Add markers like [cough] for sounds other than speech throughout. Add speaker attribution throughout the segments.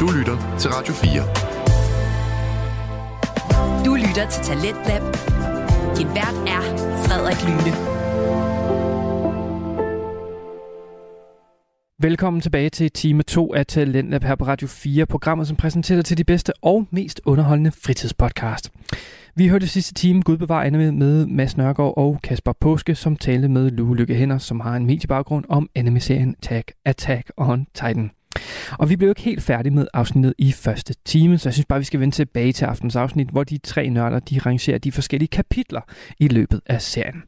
Speaker 1: Du lytter til Radio
Speaker 2: Du lytter til Talentlab. Din vært er Frederik Lyne.
Speaker 3: Velkommen tilbage til time 2 af Talentlab her på Radio 4, programmet som præsenterer dig til de bedste og mest underholdende fritidspodcast. Vi hørte sidste time Gud bevar anime med Mads Nørgaard og Kasper Påske, som talte med Lue Lykke Hænder, som har en mediebaggrund om anime-serien Attack, Attack on Titan. Og vi blev jo ikke helt færdige med afsnittet i første time, så jeg synes bare, vi skal vende tilbage til aftens afsnit, hvor de tre nørder de rangerer de forskellige kapitler i løbet af serien.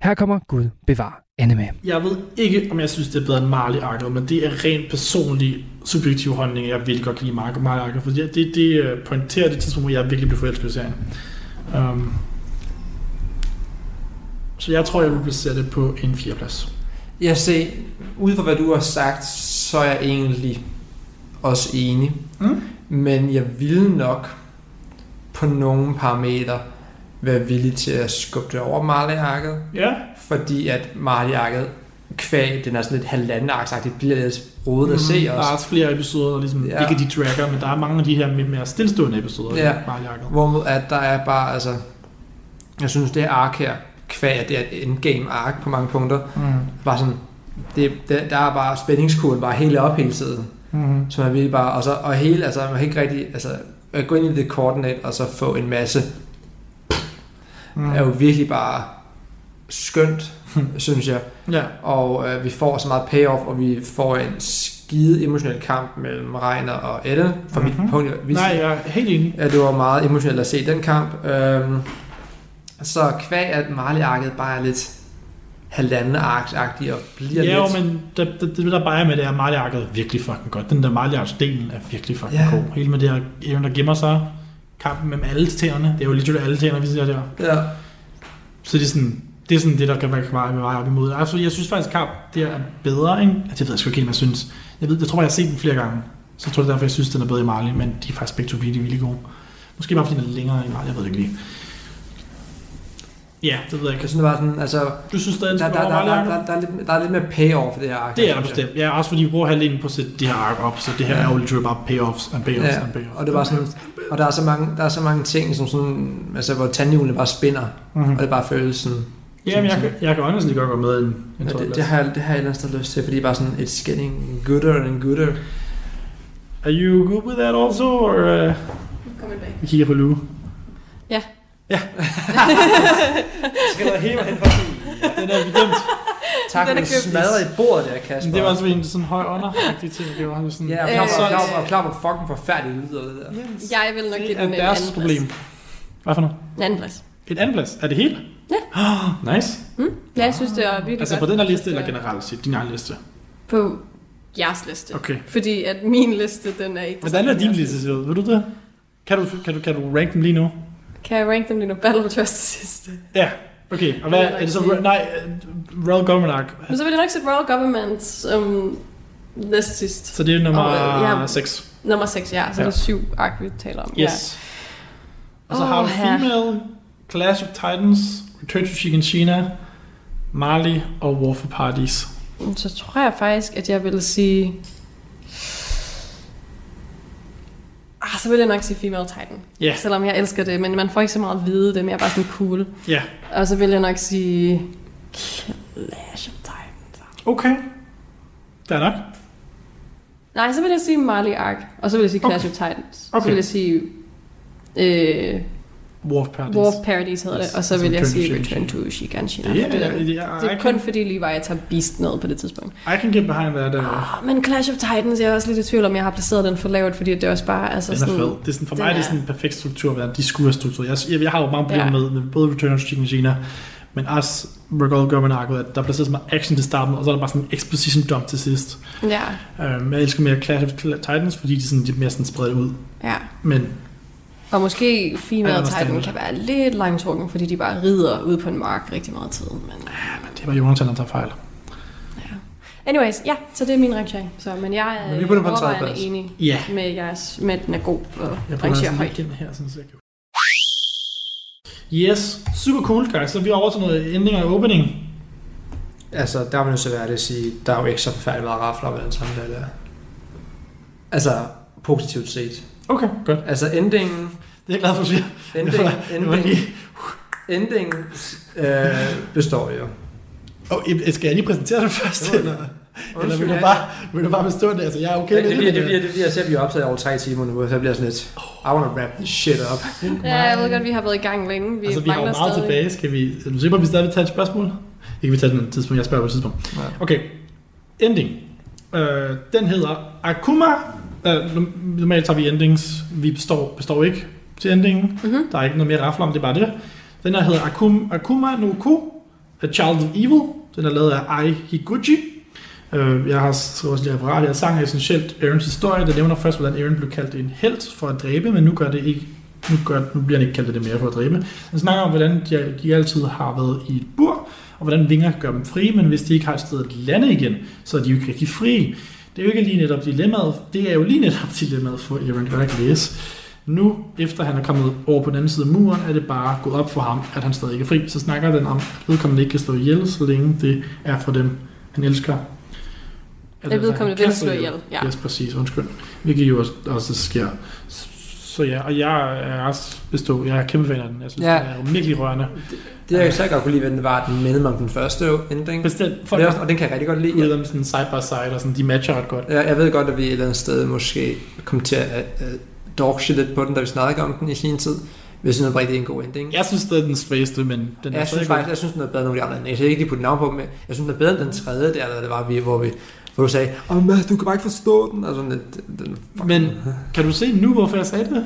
Speaker 3: Her kommer Gud bevar anime.
Speaker 4: Jeg ved ikke, om jeg synes, det er bedre end Marley Arker, men det er rent personlig, subjektiv holdning. Jeg virkelig godt kan lide Marley Marley Arker, for det, det, det øh, pointerer det tidspunkt, hvor jeg virkelig blev forelsket i serien. Um, så jeg tror, jeg vil placere det på en 4. plads.
Speaker 5: Jeg ser, ud fra hvad du har sagt, så er jeg egentlig også enig.
Speaker 4: Mm.
Speaker 5: Men jeg ville nok på nogle parametre være villig til at skubbe det over Marley-arket.
Speaker 4: Ja,
Speaker 5: Fordi at Marley-arket, kvæg, den er sådan lidt halvandenarksagtigt, bliver lidt rodet at se
Speaker 4: Mhm. Der er
Speaker 5: også.
Speaker 4: også flere episoder, der ligesom,
Speaker 5: Ja.
Speaker 4: ja. ikke de tracker, men der er mange af de her lidt mere stillstående episoder.
Speaker 5: Ja.
Speaker 4: i Marley Arker.
Speaker 5: Hvorimod at der er bare, altså, jeg synes det her ark her, kvæg, at det er et endgame ark på mange punkter,
Speaker 4: Mm.
Speaker 5: bare sådan, det, der, der er bare spændingskurven bare helt op hele tiden.
Speaker 4: Mm.
Speaker 5: Så man ville bare, og, så, og hele, altså man kan ikke rigtig, altså at gå ind i det koordinat og så få en masse,
Speaker 4: Mm.
Speaker 5: er jo virkelig bare skønt, [laughs] synes jeg.
Speaker 4: Ja.
Speaker 5: Og øh, vi får så meget payoff, og vi får en skide emotionel kamp mellem Reiner og Edde, fra mm-hmm. mit
Speaker 4: Mhm.
Speaker 5: punkt. Vi,
Speaker 4: Nej, jeg er helt enig.
Speaker 5: at det var meget emotionelt at se den kamp. Øhm, så kvæg at Marley-arket bare er lidt halvanden agtig og bliver
Speaker 4: Ja, jo,
Speaker 5: lidt...
Speaker 4: men det, det, det, der bare er med, det er, at Marley Arket er virkelig fucking godt. Den der Marley Arket-delen er virkelig fucking
Speaker 5: Ja.
Speaker 4: ja. god. Hele med det her evne, der gemmer sig. Kampen mellem alle tæerne. Det er jo literally alle tæerne, vi ser der.
Speaker 5: Ja,
Speaker 4: Så det er sådan, det er sådan det, der kan være vej med vej op imod. Altså, jeg synes faktisk, kamp det er bedre, ikke? Ja, Det ved jeg sgu ikke helt, hvad jeg synes. Jeg, ved, jeg tror, jeg har set den flere gange. Så jeg tror jeg, derfor, jeg synes, den er bedre i Marley. Men de er faktisk begge to virkelig, virkelig gode. Måske bare fordi den er længere i Marley, jeg ved det ikke lige. Ja, det ved jeg
Speaker 5: jeg
Speaker 4: ikke.
Speaker 5: synes det var sådan, altså...
Speaker 4: Du synes stadig,
Speaker 5: Der,
Speaker 4: den
Speaker 5: der,
Speaker 4: skal
Speaker 5: der,
Speaker 4: være
Speaker 5: der,
Speaker 4: Marley
Speaker 5: der,
Speaker 4: Arket?
Speaker 5: der, der, er lidt, der er lidt mere payoff i det her ark.
Speaker 4: Det er der
Speaker 5: synes jeg.
Speaker 4: bestemt. Ja, også fordi vi bruger halvdelen på at sætte det her ark op, så det her
Speaker 5: Ja.
Speaker 4: er jo literally bare payoffs and payoffs and
Speaker 5: Ja,
Speaker 4: payoffs.
Speaker 5: og det var sådan, og der er så mange, der er så mange ting, som sådan, altså, hvor tandhjulene bare spinner,
Speaker 4: Mm-hmm.
Speaker 5: og det bare føles sådan,
Speaker 4: Ja, men jeg, kan- jeg kan honestly godt gå med en, en
Speaker 5: ja, det,
Speaker 4: tolvplads.
Speaker 5: det, har jeg, det har jeg ellers der lyst til, fordi bare sådan, it's getting gooder and gooder.
Speaker 4: Are you good with that also, or... Uh... Vi kigger på Lue.
Speaker 6: Ja. [laughs]
Speaker 4: Ja. Skal der hele hen for Den er bedømt.
Speaker 5: Tak,
Speaker 6: Den
Speaker 5: for du
Speaker 6: er købt.
Speaker 5: smadrede i bordet der, Kasper.
Speaker 4: Men det var også en sådan høj ånder ting. Det var sådan...
Speaker 5: Ja, og
Speaker 6: Øh,
Speaker 5: klar på-
Speaker 6: så-
Speaker 5: klar på- og klar på fucking forfærdelige lyder, det der.
Speaker 6: Jeg vil nok give
Speaker 4: det
Speaker 6: den
Speaker 4: er
Speaker 6: en
Speaker 4: deres
Speaker 6: anden
Speaker 4: problem. Hvad for noget?
Speaker 6: plads. En anden plads.
Speaker 4: Et anden plads. Er det hele?
Speaker 6: Ja.
Speaker 4: Oh, [gasps] nice.
Speaker 6: Mm? Ja, jeg synes, det er virkelig
Speaker 4: Altså
Speaker 6: godt.
Speaker 4: på den her liste,
Speaker 6: Jeg
Speaker 4: eller
Speaker 6: synes, det
Speaker 4: generelt set? Din egen liste.
Speaker 6: er- På jeres liste.
Speaker 4: Okay.
Speaker 6: Fordi at min liste, den er ikke...
Speaker 4: Hvordan er din liste set ud? Ved du det? Kan du, kan, du, kan du rank dem lige nu?
Speaker 6: Kan jeg rank dem lige nu? Battle of Justice.
Speaker 4: Ja, okay. Og hvad er det så? Nej, øh, Royal Government Arc.
Speaker 6: Men så vil jeg nok sætte Royal Government som næst sidst.
Speaker 4: Så det er nummer
Speaker 6: Og, øh, ja.
Speaker 4: 6.
Speaker 6: Nummer 6, ja. Så
Speaker 4: Ja.
Speaker 6: det er syv ark, vi taler om.
Speaker 4: Yes. Og så har du
Speaker 6: Åh, her.
Speaker 4: Female, Clash of Titans, Return to Shigenshina, Marley og War for Parties.
Speaker 6: Ja. Så tror jeg faktisk, at jeg vil sige... Ah, så vil jeg nok sige Female Titan.
Speaker 4: Ja.
Speaker 6: Selvom jeg elsker det, men man får ikke så meget at vide. Det er mere bare sådan cool.
Speaker 4: Ja.
Speaker 6: Og så vil jeg nok sige... Clash of Titans.
Speaker 4: Okay. Der er nok.
Speaker 6: Nej, så vil jeg sige Marley Ark. Og så vil jeg sige Clash okay. of Titans. Så
Speaker 4: Okay.
Speaker 6: vil jeg sige... Øh,
Speaker 4: War for Parties.
Speaker 6: War of Paradise hedder
Speaker 4: Yes.
Speaker 6: det. Og så
Speaker 4: Og så
Speaker 6: vil jeg
Speaker 4: Altså Return to
Speaker 6: sige
Speaker 4: Shiganshina.
Speaker 6: Return to
Speaker 4: Ja,
Speaker 6: Shiganshina. fordi
Speaker 4: ja,
Speaker 6: den-
Speaker 4: ja,
Speaker 6: Det
Speaker 4: I
Speaker 6: er
Speaker 4: can-
Speaker 6: kun fordi Levi tager Beast ned på det tidspunkt.
Speaker 4: I can get behind that. Uh,
Speaker 6: Ah, men Clash of Titans, jeg er også lidt i tvivl om, jeg har placeret den for lavt, fordi det er også bare... Altså,
Speaker 4: Den er
Speaker 6: sådan,
Speaker 4: fed. Det er sådan, for
Speaker 6: den
Speaker 4: mig er
Speaker 6: er-
Speaker 4: det sådan en perfekt struktur, hvordan de skulle have struktur. Jeg, jeg, jeg har jo mange problemer
Speaker 6: Ja.
Speaker 4: med, med både Return of Chicken Gina, men også Regal Gorman Arco, at der bliver så meget action til starten, og så er der bare sådan en exposition dump til sidst.
Speaker 6: Ja,
Speaker 4: Um, jeg elsker mere Clash of Cl- Titans, fordi de er sådan lidt mere sådan spredt ud.
Speaker 6: ja.
Speaker 4: Men
Speaker 6: Og måske
Speaker 4: Ja,
Speaker 6: Female
Speaker 4: jeg forstår
Speaker 6: Titan
Speaker 4: det.
Speaker 6: kan være lidt langtrukken, fordi de bare rider ud på en mark rigtig meget tid. Men...
Speaker 4: det var Jonathan, der tager fejl.
Speaker 6: Anyways, ja, så det er min rangering. Så, men jeg er
Speaker 5: Men vi putter den på en
Speaker 6: overvejende
Speaker 5: tredjeplads.
Speaker 6: enig
Speaker 4: Ja.
Speaker 6: med, jeres, med, at den er god
Speaker 4: Jeg
Speaker 6: og
Speaker 4: prøver
Speaker 6: rangerer
Speaker 4: sådan
Speaker 6: højt.
Speaker 4: lige den her, sådan så jeg kan... Yes, super cool guys. Så er vi over til noget ending og opening.
Speaker 5: Altså, der er man nødt til at være ærlig at sige, der er jo ikke så forfærdeligt meget rafler ved den samtale der. Altså, positivt set.
Speaker 4: Okay, godt.
Speaker 5: Altså endingen,
Speaker 4: Det er jeg glad for, at du siger. Det
Speaker 5: [laughs] endingen,
Speaker 4: var- Det var
Speaker 5: endingen,
Speaker 4: lige...
Speaker 5: endingen øh, består jo.
Speaker 4: Og øh, skal jeg lige præsentere det først?
Speaker 5: Det var-
Speaker 4: Eller, eller vil,
Speaker 5: Undskyld,
Speaker 4: du
Speaker 5: jeg-
Speaker 4: bare, vil du bare bestå det? Altså, jeg er okay
Speaker 5: det,
Speaker 4: med det,
Speaker 5: det, bliver, det,
Speaker 4: men,
Speaker 5: bliver, det bliver, så vi er optaget over tre timer nu, og så bliver jeg sådan lidt, I wanna wrap this shit up.
Speaker 6: Ja, jeg ved godt, vi har været i gang længe. Vi
Speaker 4: altså, vi har jo
Speaker 6: mangler
Speaker 4: meget
Speaker 6: stadig.
Speaker 4: tilbage. Skal vi, nu slipper vi stadig tage et spørgsmål. Ikke vi tager den tidspunkt, jeg spørger på et tidspunkt.
Speaker 5: Ja.
Speaker 4: Okay, ending. Øh, den hedder Akuma. Øh, nu- normalt tager vi endings. Vi består, består ikke til endingen.
Speaker 6: Mhm.
Speaker 4: Der er ikke noget mere rafler om, det er bare det. Den her hedder Akuma, Akuma no Ku, A Child of Evil. Den er lavet af Ai Higuchi. Øh, jeg har skrevet også et referat, jeg sang essentielt Aarons historie, der nævner først, hvordan Aaron blev kaldt en held for at dræbe, men nu gør det ikke nu, gør, nu bliver han ikke kaldt det mere for at dræbe. Han snakker om, hvordan de, de altid har været i et bur, og hvordan vinger gør dem frie, men hvis de ikke har et sted at lande igen, så er de jo ikke rigtig frie. Det er jo ikke lige netop dilemmaet. Det er jo lige netop [laughs] dilemmaet for Aaron, kan jeg ikke læse. Nu, efter han er kommet over på den anden side af muren, er det bare gået op for ham, at han stadig ikke er fri. Så snakker den om, at vedkommende ikke kan slå ihjel, så længe det er for dem, han elsker. Altså,
Speaker 6: At vedkommende
Speaker 4: han kan
Speaker 6: vil slå ihjel, ja.
Speaker 4: Yes, præcis. Undskyld. Hvilket jo også, også sker. Så ja, og jeg er også bestå. Jeg er kæmpe fan af den. Jeg synes,
Speaker 5: Ja. Mm.
Speaker 4: ja. den er virkelig rørende.
Speaker 5: Det jeg så godt kunne lide, hvad den var, den mindede mig om den første ending.
Speaker 4: Bestemt.
Speaker 5: Og,
Speaker 4: Folk
Speaker 5: det er
Speaker 4: har
Speaker 5: også, og den kan jeg rigtig godt lide.
Speaker 4: ud af dem sådan side by side, og sådan, de matcher ret godt.
Speaker 5: Jeg, jeg ved godt, at vi et eller andet sted måske kom til at uh, dogshit lidt på den, da vi snakkede om den i sin tid. Men jeg synes oprigtigt, det er en god ending.
Speaker 4: Jeg synes, det er den svageste, men den er
Speaker 5: jeg synes
Speaker 4: god.
Speaker 5: faktisk, jeg synes, den er bedre end nogle af de andre endings. Jeg kan ikke lige putte navn på dem, men jeg synes, den er bedre end den tredje der, eller det var, vi, hvor, vi, hvor du sagde, åh Mads, du kan bare ikke forstå den. Og sådan, lidt, den, fuck.
Speaker 4: Men kan du se nu, hvorfor jeg sagde det?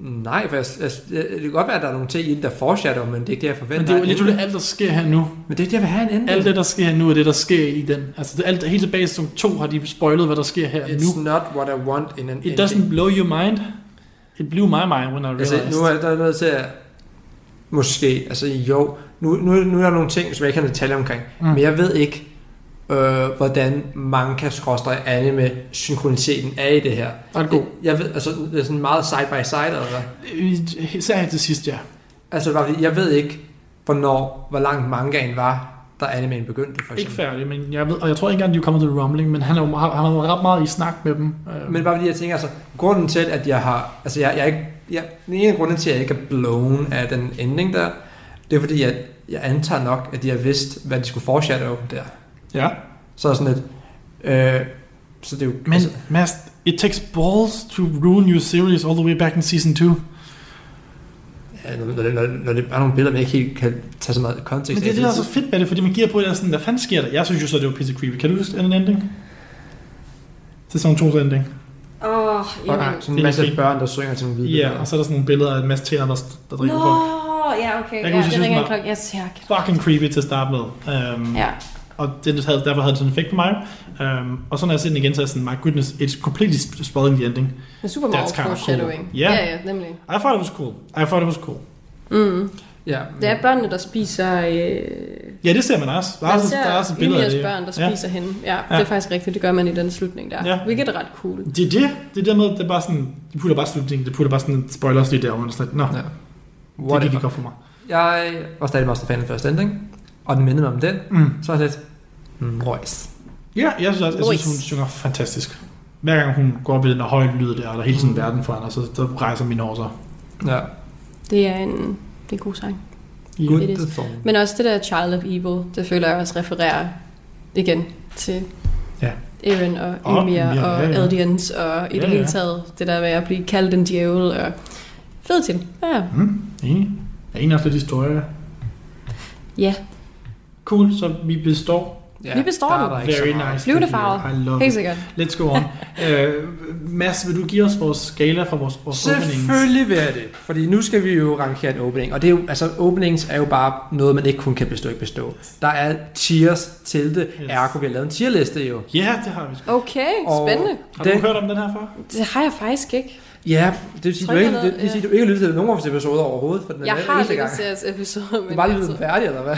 Speaker 5: Nej, for jeg, jeg, jeg, det kan godt være, at der er nogle ting i den, der foreshadow, men det er ikke det, jeg
Speaker 4: Men
Speaker 5: forventer.
Speaker 4: det er jo
Speaker 5: Der en
Speaker 4: literally alt, der sker her nu.
Speaker 5: ending. men det er ikke det, jeg vil have en ending.
Speaker 4: Alt det, der sker her nu, er det, der sker i den. Altså det, er alt, helt tilbage i sæson 2 har de spoilet, hvad der sker her nu.
Speaker 5: It's not what I want in an
Speaker 4: It
Speaker 5: ending.
Speaker 4: doesn't blow your mind. It blew my mind when I
Speaker 5: Altså,
Speaker 4: realized.
Speaker 5: nu er der noget til at... Måske, altså jo, nu, nu, nu er der nogle ting, som jeg ikke har detaljer omkring, mm.
Speaker 4: Mm.
Speaker 5: men jeg ved ikke, øh, hvordan manga anime synkroniseringen er i det her.
Speaker 4: Ret god.
Speaker 5: Jeg ved, altså, det er sådan meget side by side, eller hvad?
Speaker 4: Øh, Især her til sidst, ja.
Speaker 5: Altså, i hvert fald, jeg ved ikke, hvornår, hvor langt mangaen var, da animen begyndte, for
Speaker 4: Ikke
Speaker 5: eksempel.
Speaker 4: færdig, men jeg ved, og jeg tror ikke engang, de er kommet til rumbling, men han, er, jo- har, han har været ret meget i snak med dem. Øh,
Speaker 5: Men bare fordi jeg tænker, altså, grunden til, at jeg har, altså jeg, jeg er ikke, jeg, den ene grund til, at jeg ikke er blown af den ending der, det er fordi, at jeg antager nok, at de har vidst, hvad de skulle foreshadow der.
Speaker 4: ja.
Speaker 5: Så er sådan lidt, øh, så det er jo,
Speaker 4: Men
Speaker 5: altså,
Speaker 4: Mads, it takes balls to ruin your series all the way back in season 2.
Speaker 5: ja, når, når, når, når det er nogle billeder, man ikke helt kan tage så meget kontekst
Speaker 4: Men det er
Speaker 5: af,
Speaker 4: det, der er så fedt ved det, fordi man giver på det, og sådan, hvad fanden sker der? Jeg synes jo så, det var pisse creepy. Kan du huske en ending? Sæson 2's ending.
Speaker 6: Åh, oh,
Speaker 5: Og
Speaker 6: ja.
Speaker 5: sådan
Speaker 4: Det
Speaker 5: en
Speaker 4: er
Speaker 5: masse
Speaker 4: fint.
Speaker 5: børn, der synger til nogle hvide
Speaker 4: Ja,
Speaker 5: billeder.
Speaker 4: og så er der sådan nogle billeder af en masse tænder, der, der driver
Speaker 6: Nå,
Speaker 4: folk.
Speaker 6: ja, okay.
Speaker 4: Jeg kan huske, jeg
Speaker 6: Ja, det
Speaker 4: synes
Speaker 6: ringer en
Speaker 4: bare-
Speaker 6: klokke. Yes, ja, okay.
Speaker 4: Fucking creepy til at starte med. Um,
Speaker 6: Ja.
Speaker 4: Og det, havde, derfor havde det sådan en effekt på mig. Um, og så når jeg ser den igen, så er jeg sådan, my goodness, it's completely sp- spoiling the ending.
Speaker 6: Men super meget
Speaker 4: That's kinda cool.
Speaker 6: foreshadowing.
Speaker 4: Ja.
Speaker 6: Ja, ja, nemlig.
Speaker 4: I thought it was cool. I thought it was cool.
Speaker 6: Mm.
Speaker 5: Ja,
Speaker 6: Det er børnene, der spiser... Øh,
Speaker 4: Ja, det ser man også. Der er,
Speaker 6: man
Speaker 4: også, der er også et billede af
Speaker 6: Ymias
Speaker 4: det.
Speaker 6: børn, der
Speaker 4: ja.
Speaker 6: spiser hende. Ja,
Speaker 4: Ja.
Speaker 6: det er faktisk rigtigt. Det gør man i den slutning der.
Speaker 4: Ja.
Speaker 6: Hvilket er ret cool.
Speaker 4: Det er det. Det er der med, det er bare sådan, de putter bare slutningen, det putter bare sådan en spoilers lige der, hvor man er sådan, nå,
Speaker 5: Ja.
Speaker 4: det gik
Speaker 5: Whatever.
Speaker 4: ikke op for mig.
Speaker 5: Jeg var stadig meget stor fan af første ending, og den mindede mig om den,
Speaker 4: Mm.
Speaker 5: så er jeg lidt, "Hmm, nice.
Speaker 4: Ja, jeg synes også, jeg synes,
Speaker 6: Nice.
Speaker 4: hun synger fantastisk. Hver gang hun går op i den der høje lyd der, og der er hele tiden
Speaker 6: Mm.
Speaker 4: verden foran, og så der rejser mine over sig.
Speaker 5: Ja,
Speaker 6: Det er en, det er en god sang.
Speaker 5: good
Speaker 6: It is.
Speaker 5: performance.
Speaker 6: Men også det der Child of Evil, det føler jeg også refererer igen til
Speaker 4: Ja.
Speaker 6: Aaron og
Speaker 4: Og
Speaker 6: Ymir
Speaker 4: Ymir,
Speaker 6: og,
Speaker 4: ja, ja.
Speaker 6: Eldians og i
Speaker 4: Ja,
Speaker 6: det hele
Speaker 4: ja.
Speaker 6: taget det der med at blive kaldt en djævel og fed til. Ja,
Speaker 4: Mm, enig. Er en også lidt historie?
Speaker 6: Ja.
Speaker 4: Cool, så vi består.
Speaker 5: Ja,
Speaker 6: Vi består
Speaker 5: der
Speaker 6: den.
Speaker 5: er der ikke så
Speaker 4: Very
Speaker 5: meget.
Speaker 4: nice.
Speaker 6: Flyvefarvet.
Speaker 4: to hear. I love
Speaker 6: helt
Speaker 4: it.
Speaker 6: sikkert.
Speaker 4: Let's go
Speaker 6: [laughs]
Speaker 4: on. uh, Mads, vil du give os vores skala for vores, vores openings?
Speaker 5: Selvfølgelig vil jeg det. Fordi nu skal vi jo rangere en opening. Og det er jo, altså, openings er jo bare noget, man ikke kun kan bestå ikke bestå. Der er tiers til det.
Speaker 4: Yes.
Speaker 5: Ergo, vi har lavet en tierliste jo.
Speaker 4: Ja, det har vi sgu.
Speaker 6: Okay,
Speaker 5: Og
Speaker 6: spændende.
Speaker 4: Har
Speaker 5: Den,
Speaker 4: du hørt om den her før?
Speaker 6: Det har jeg faktisk ikke.
Speaker 5: ja, det vil sige,
Speaker 6: Tror
Speaker 5: du
Speaker 6: jeg,
Speaker 5: ikke,
Speaker 6: jeg
Speaker 5: det,
Speaker 6: ved,
Speaker 5: det vil sige, du ikke har lyttet til nogen af vores episoder overhovedet. For den er
Speaker 6: Jeg
Speaker 5: lavet
Speaker 6: har
Speaker 5: eneste
Speaker 6: ikke
Speaker 5: gang.
Speaker 6: seriøs episode,
Speaker 5: Du har
Speaker 6: men
Speaker 5: bare
Speaker 6: jeg,
Speaker 5: lige blevet
Speaker 6: tror,
Speaker 5: færdig, eller hvad?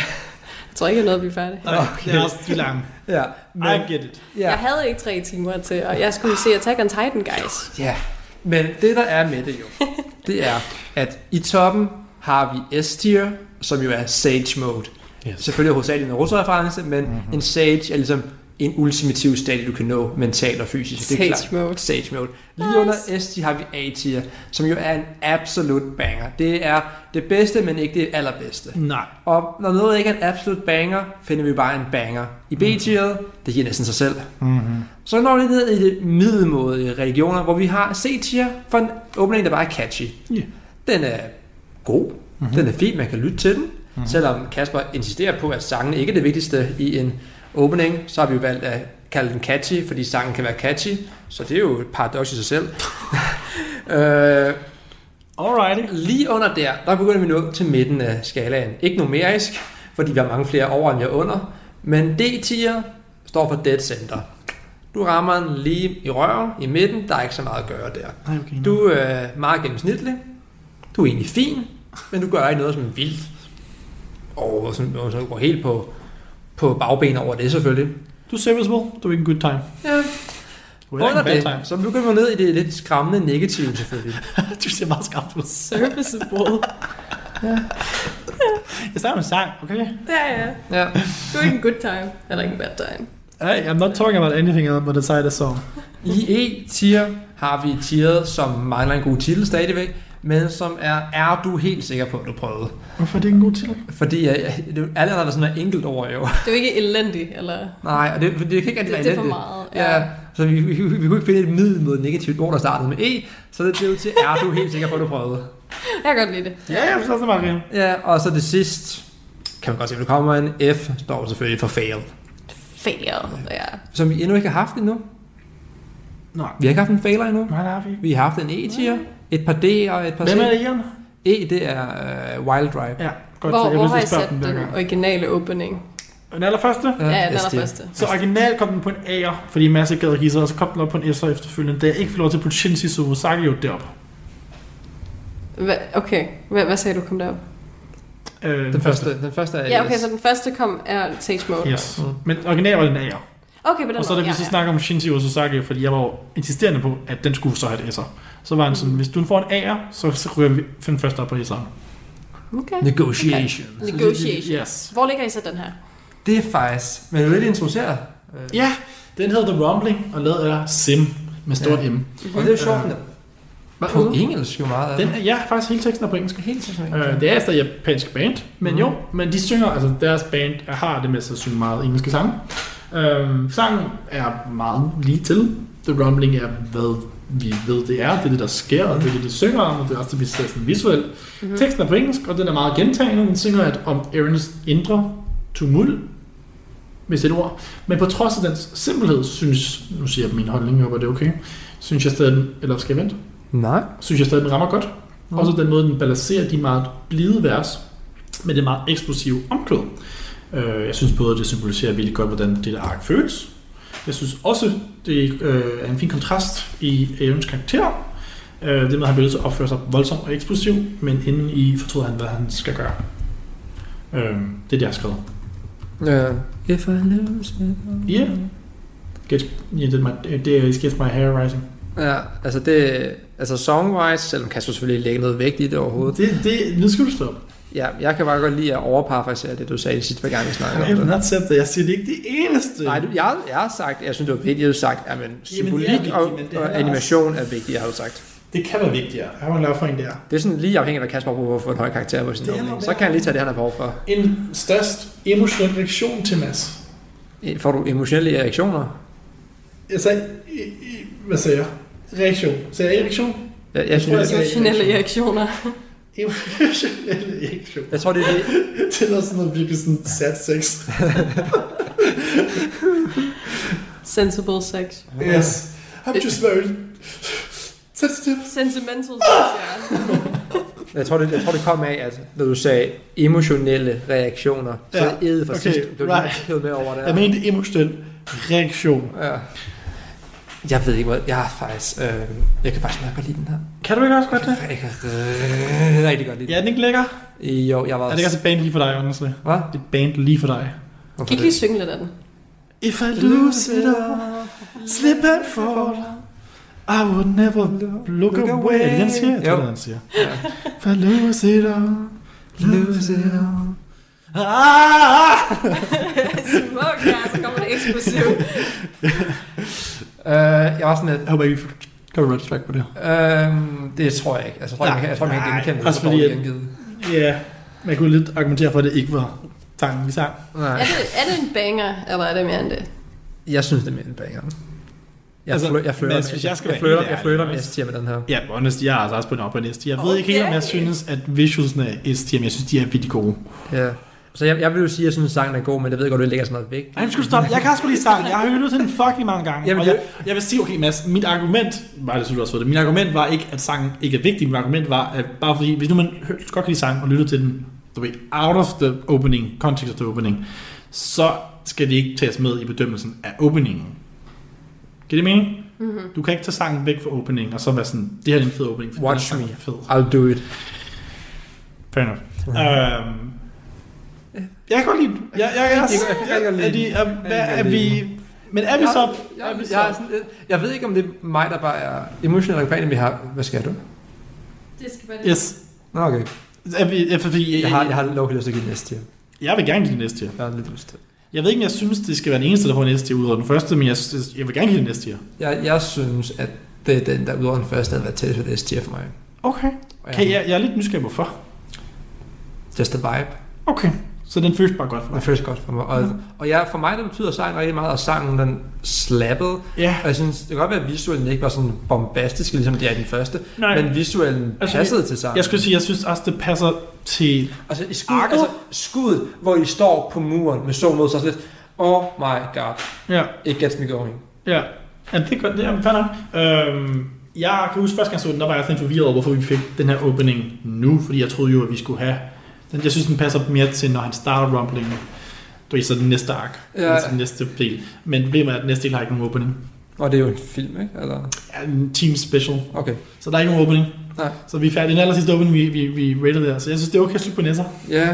Speaker 6: jeg tror ikke, jeg nåede at blive færdig.
Speaker 4: Nej, okay. det er også de lange.
Speaker 5: ja,
Speaker 4: I
Speaker 5: men,
Speaker 4: get it.
Speaker 5: ja,
Speaker 6: Jeg havde ikke tre timer til, og jeg skulle se Attack on Titan, guys.
Speaker 5: ja. Men det, der er med det
Speaker 6: [laughs]
Speaker 5: jo, det er, at i toppen har vi S-tier, som jo er Sage Mode.
Speaker 4: Yes.
Speaker 5: Selvfølgelig hovedsageligt en russerreference, men mm-hmm. en sage er ligesom en ultimativ stadie, du kan nå mentalt og fysisk.
Speaker 6: Sage
Speaker 5: klart.
Speaker 6: mode.
Speaker 5: Sage mode. Lige nice. under S, de har vi A-tier, som jo er en absolut banger. Det er det bedste, men ikke det allerbedste.
Speaker 4: Nej.
Speaker 5: Og når noget ikke er en absolut banger, finder vi bare en banger. I B-tieret, det giver næsten sig selv.
Speaker 4: Mm-hmm.
Speaker 5: Så når vi ned i det middelmådige regioner, hvor vi har C-tier for en åbning, der bare er catchy.
Speaker 4: Ja.
Speaker 5: Den er god, mm-hmm. den er fin, man kan lytte til den. Mm-hmm. Selvom Kasper insisterer på, at sangen ikke er det vigtigste i en åbning, så har vi jo valgt at kalde den catchy, fordi sangen kan være catchy. Så det er jo et paradoks i sig selv. [laughs] øh,
Speaker 4: Alrighty.
Speaker 5: lige under der, der begynder vi nu til midten af skalaen. Ikke numerisk, fordi vi har mange flere over, end vi har under. Men D-tier står for Dead Center. Du rammer den lige i røven, i midten. Der er ikke så meget at gøre der.
Speaker 4: Nej, okay. Du.
Speaker 5: Du er øh, meget gennemsnitlig. Du er egentlig fin, men du gør ikke noget som er vildt. Og sådan, og sådan går helt på, på bagben over det selvfølgelig.
Speaker 4: du er serviceable. Du er ikke en good time.
Speaker 5: Ja,
Speaker 4: Du er heller ikke
Speaker 5: under
Speaker 4: en bad
Speaker 5: det,
Speaker 4: time.
Speaker 5: så begynder vi ned i det lidt skræmmende negative selvfølgelig.
Speaker 4: [laughs] du ser meget skarpt ud.
Speaker 6: Serviceable.
Speaker 4: Jeg starter med sang, okay?
Speaker 6: ja, ja.
Speaker 5: Ja.
Speaker 6: Du er ikke en good time. Eller ikke en bad time.
Speaker 4: Hey, I'm not talking about anything other than the side of song.
Speaker 5: I E-tier har vi tieret, som mangler en god titel stadigvæk, men som er, er du helt sikker på, at du prøvede?
Speaker 4: Hvorfor er det ikke en god titel?
Speaker 5: Fordi øh, det, alle har været sådan noget enkelt over jo. [laughs]
Speaker 6: Det er jo ikke elendig, eller...
Speaker 5: Nej, og det, det kan ikke rigtig
Speaker 6: Det,
Speaker 5: være
Speaker 6: det er for
Speaker 5: elendigt.
Speaker 6: meget.
Speaker 5: Ja, så vi, vi, vi kunne ikke finde et middel mod negativt ord, der startede med E, så det blev til R, du er helt sikker på, at du prøvede.
Speaker 6: Jeg kan godt lide det.
Speaker 4: Ja, jeg forstår så meget det.
Speaker 5: Ja, og så det sidste, kan man godt se, at der kommer en F, står selvfølgelig for fail,
Speaker 6: Fail. Ja.
Speaker 5: som vi endnu ikke har haft endnu.
Speaker 4: Nej.
Speaker 5: Vi har ikke haft en failer endnu.
Speaker 4: Nej, der har vi ikke.
Speaker 5: Vi har haft en E-tier, et par D og et par
Speaker 4: Hvem er
Speaker 5: C.
Speaker 4: det, Ian?
Speaker 5: E, det er øh, Wild Drive.
Speaker 4: Ja, godt. så
Speaker 6: Hvor,
Speaker 4: jeg
Speaker 6: hvor
Speaker 4: vil
Speaker 6: har
Speaker 4: lige
Speaker 6: I
Speaker 4: spørge
Speaker 6: sat
Speaker 4: dem hver
Speaker 6: den
Speaker 4: gang.
Speaker 6: originale opening?
Speaker 4: Den allerførste?
Speaker 6: Ja, ja den
Speaker 5: S-tier.
Speaker 6: allerførste.
Speaker 4: Så originalt kom den på en A'er, fordi en masse gader hisser, og så kom den op på en S'er efterfølgende, da jeg ikke fik lov til Puccinsi Sumusaki jo derop.
Speaker 6: Hva, okay, Hva, hvad sagde du kom derop?
Speaker 4: Øh,
Speaker 5: Den første, den første er
Speaker 6: Ja, okay,
Speaker 5: S.
Speaker 6: så den første kom er Sage Mode.
Speaker 4: Yes. Men originalt var den A'er.
Speaker 6: Okay, på den
Speaker 4: Og så da
Speaker 6: måde,
Speaker 4: vi
Speaker 6: ja,
Speaker 4: så
Speaker 6: ja.
Speaker 4: snakker om Shinji Ososaki, fordi jeg var jo insisterende på, at den skulle så have et S'er. Så var han
Speaker 6: Mm.
Speaker 4: sådan, hvis du får en A'er, så, så ryger vi den første op på S'eren.
Speaker 6: Okay.
Speaker 5: Negotiation.
Speaker 6: Negotiation.
Speaker 4: Yes.
Speaker 6: Hvor ligger I så den her?
Speaker 5: Det er faktisk, men vil du introducere? Øh,
Speaker 4: Ja, den hedder The Rumbling, og lavet af Sim med stort
Speaker 5: Ja.
Speaker 4: M.
Speaker 5: Og det er jo sjovt, den er på
Speaker 4: den,
Speaker 5: engelsk jo meget. af
Speaker 4: er- ja, faktisk hele teksten er på engelsk.
Speaker 5: helt sikkert.
Speaker 4: Øh, det er altså et japansk band, men
Speaker 5: Mhm.
Speaker 4: jo, men de synger, altså deres band har det med sig at synge meget engelske sange. Øh, sangen er meget lige til. The Rumbling er, hvad vi ved, det er. Det er det, der sker, og det er det, de synger om, og det er også det, vi ser sådan visuelt. Mm-hmm. Teksten er på engelsk, og den er meget gentagende. Den synger at om Aarons indre tumult, hvis et ord. Men på trods af dens simpelhed, synes, nu siger jeg min holdning, jeg håber det er okay, synes jeg stadig, den- eller skal jeg vente?
Speaker 5: Nej.
Speaker 4: synes jeg stadig, den rammer godt. Mm. Også den måde, den balancerer de meget blide vers med det meget eksplosive omkvæd. Øh, jeg synes både, at det symboliserer virkelig godt, hvordan det der ark føles. Jeg synes også, det øh, er en fin kontrast i Aarons karakter. Øh, det med, at han bliver nødt til at opføre sig voldsomt og eksplosiv, men inden i fortryder han, hvad han skal gøre. Øh, det er det, jeg har skrevet.
Speaker 5: Ja. Øh. If I lose it. all.
Speaker 4: Ja. Get, yeah, det, er my, det er Get My Hair Rising.
Speaker 5: Ja, altså det... Altså songwise, selvom Kasper selvfølgelig ikke lægger noget vægt i det overhovedet.
Speaker 4: Det, det, nu skal du stoppe.
Speaker 5: Ja, jeg kan bare godt lide at overparafrasere det, du sagde de sidste par gange, vi snakkede om
Speaker 4: Jeg har
Speaker 5: det.
Speaker 4: not said that. Jeg siger, det er ikke det eneste.
Speaker 5: Nej, du, jeg, jeg har sagt, jeg synes, det var vigtigt, at du sagt, at men symbolik
Speaker 4: vigtigt,
Speaker 5: og,
Speaker 4: men det er
Speaker 5: og,
Speaker 4: også-
Speaker 5: animation er vigtigt, har du sagt.
Speaker 4: Det kan være vigtigere. Jeg har en lavet for en der.
Speaker 5: Det er sådan lige afhængigt af, hvad Kasper bruger for at få en høj karakter på sin
Speaker 4: Det er nok
Speaker 5: åbning. Så
Speaker 4: værd.
Speaker 5: kan han lige tage det, han har behov for.
Speaker 4: En størst emotionel reaktion til Mads.
Speaker 5: Øh, Får du emotionelle reaktioner?
Speaker 4: Jeg sagde, i, i, hvad sagde jeg? Reaktion. Sagde jeg [laughs] erektion?
Speaker 5: Jeg, jeg,
Speaker 4: tror, jeg
Speaker 5: synes, jeg,
Speaker 4: sagde-
Speaker 6: Emotionelle reaktioner.
Speaker 4: Emotionel reaktion.
Speaker 5: jeg tror, det er det,
Speaker 4: Det er sådan noget virkelig sådan sad sex.
Speaker 6: Sensible sex.
Speaker 4: Yes. I'm just very sensitive.
Speaker 6: Sentimental sex, ja.
Speaker 5: Jeg tror, det, jeg tror, det kom af, at når du sagde emotionelle reaktioner, så
Speaker 4: Ja,
Speaker 5: er det ed for
Speaker 4: okay,
Speaker 5: sidst. Du var
Speaker 4: right.
Speaker 5: helt med over det.
Speaker 4: Jeg mente emotionel reaktion.
Speaker 5: ja. Jeg ved ikke, hvad... Jeg har faktisk... Øh, jeg kan faktisk meget godt lide den her.
Speaker 4: Kan du ikke også
Speaker 5: Jeg
Speaker 4: godt det?
Speaker 5: kan, jeg kan rigtig, rigtig godt lide
Speaker 4: Ja, er den ikke lækker?
Speaker 5: den. Jo, jeg var...
Speaker 4: Er det ikke også et band lige for dig, honestly?
Speaker 5: Hvad?
Speaker 4: Det er et band lige for dig.
Speaker 5: Hvorfor
Speaker 6: Kan I
Speaker 5: det?
Speaker 6: ikke lige synge lidt af den?
Speaker 4: If I lose it all, slip and fall. I would never look
Speaker 5: Look
Speaker 4: away. Er det det, han siger? Jeg tror,
Speaker 5: Jo.
Speaker 4: det er, han siger.
Speaker 5: Ja.
Speaker 4: If I lose it all,
Speaker 5: Lose it all.
Speaker 4: Ah!
Speaker 6: [laughs] Smuk, altså. så kommer det eksplosivt.
Speaker 5: Øh, jeg var sådan lidt,
Speaker 4: Jeg håber ikke, vi får- gør red flag på det.
Speaker 5: øh, det tror jeg ikke. Altså, jeg tror,
Speaker 4: Nej,
Speaker 5: nej, jeg, jeg tror, man kan
Speaker 4: nej,
Speaker 5: genkende det,
Speaker 4: også
Speaker 5: så
Speaker 4: fordi,
Speaker 5: dårligt
Speaker 4: at-
Speaker 5: gengivet.
Speaker 4: Ja, yeah. man kunne lidt argumentere for, at det ikke var sangen, vi sang.
Speaker 5: Nej.
Speaker 6: er, det, er det en banger, eller er det mere end det?
Speaker 5: Jeg synes, det er mere en banger. Jeg,
Speaker 4: Altså,
Speaker 5: altså, flø- jeg flirter
Speaker 4: Mads,
Speaker 5: med,
Speaker 4: hvis
Speaker 5: jeg,
Speaker 4: jeg
Speaker 5: jeg,
Speaker 4: skal
Speaker 5: jeg
Speaker 4: være
Speaker 5: flirter,
Speaker 4: helt
Speaker 5: jeg flirter
Speaker 4: ærlig,
Speaker 5: med STM med den her.
Speaker 4: Ja, men honest, jeg er altså også på den oppe næste. Jeg ved okay. ikke helt, om jeg
Speaker 6: Okay.
Speaker 4: synes, at visualsene er STM. Jeg synes, de er vildt gode.
Speaker 5: Ja. Så jeg, jeg vil jo sige, at jeg synes, at sangen er god, men jeg ved godt, at du lægger sådan noget væk.
Speaker 4: Nej, men skal du stoppe? Jeg kan også lige sang. Jeg har hørt den fucking mange gange.
Speaker 5: Jamen,
Speaker 4: og jeg, jeg vil sige, okay Mads, mit argument, var det, så du også ved det, mit argument var ikke, at sangen ikke er vigtig. Mit argument var, at bare fordi, hvis nu man hø- godt kan lide sangen og lytter til den, du ved, out of the opening, context of the opening, så skal de ikke tages med i bedømmelsen af openingen. Giver det mening?
Speaker 5: Mhm.
Speaker 4: Mm-hmm. Du kan ikke tage sangen væk fra openingen, og så være sådan, det her er en fed opening. fordi den
Speaker 5: Watch
Speaker 4: her sang
Speaker 5: me.
Speaker 4: er Fed.
Speaker 5: I'll do it.
Speaker 4: Fair enough. Øhm, jeg kan godt lide den. Jeg, jeg, jeg,
Speaker 5: Jeg kan- jeg
Speaker 4: jeg,
Speaker 5: kan godt lide
Speaker 4: er, de, er,
Speaker 5: den.
Speaker 4: hvad,
Speaker 5: Jeg kan
Speaker 4: er
Speaker 5: godt lide
Speaker 4: vi... Men er vi så...
Speaker 5: Jeg,
Speaker 4: er vi
Speaker 5: jeg,
Speaker 4: så-
Speaker 5: jeg, er sådan, lidt- jeg ved ikke, om det er mig, der bare er emotionelt omkring, vi har... Hvad skal du?
Speaker 6: Det skal bare
Speaker 4: Yes.
Speaker 5: Nå, okay.
Speaker 4: Er vi, er, fordi,
Speaker 5: Jeg har, jeg har lovligt lyst til at give den STM.
Speaker 4: jeg vil gerne give den næste tier.
Speaker 5: Jeg har lidt lyst til.
Speaker 4: Jeg ved ikke, om jeg synes, det skal være den eneste, der får en næste tier ud over den første, men jeg, synes- jeg vil gerne give den næste tier.
Speaker 5: Jeg, jeg synes, at det er den, der udover den første, havde været tæt ved STF for mig.
Speaker 4: Okay.
Speaker 5: Og
Speaker 4: okay jeg, jeg er lidt nysgerrig, hvorfor.
Speaker 5: Just the vibe.
Speaker 4: Okay. Så den føles bare godt for
Speaker 5: Den
Speaker 4: mig.
Speaker 5: føles godt for mig. Og,
Speaker 4: Mhm.
Speaker 5: og jeg, for mig, der betyder sangen rigtig meget, og sangen, den slappede.
Speaker 4: Ja.
Speaker 5: Og jeg synes, det kan godt være, at visuellen ikke var sådan bombastisk, ligesom det er i den første.
Speaker 4: Nej.
Speaker 5: Men visuellen
Speaker 4: Altså,
Speaker 5: altså, passede til sangen.
Speaker 4: Jeg skulle sige, jeg synes også, det passer til...
Speaker 5: Altså, i skud,
Speaker 4: Arket?
Speaker 5: altså, skuddet, hvor I står på muren med så mod sig lidt. Oh my god,
Speaker 4: Ja.
Speaker 5: it gets me going.
Speaker 4: Ja, ja det er godt. Det er fair nok. Øhm, jeg kan huske, første gang jeg så den, der var jeg sådan forvirret over, hvorfor vi fik den her opening nu, fordi jeg troede jo, at vi skulle have... Den, jeg synes, den passer mere til, når han starter rumblingen. Du er så den næste ark,
Speaker 5: Ja.
Speaker 4: ja. altså den næste del. Men problemet er, at den næste del har ikke nogen opening.
Speaker 5: Og det er jo en film, ikke? Eller?
Speaker 4: Ja, en team special.
Speaker 5: Okay.
Speaker 4: Så der er ikke nogen opening.
Speaker 5: Nej.
Speaker 4: Så vi er færdige. Den aller sidste opening, vi, vi, vi rated der. Så jeg synes, det er okay at slutte på næsser.
Speaker 5: Ja.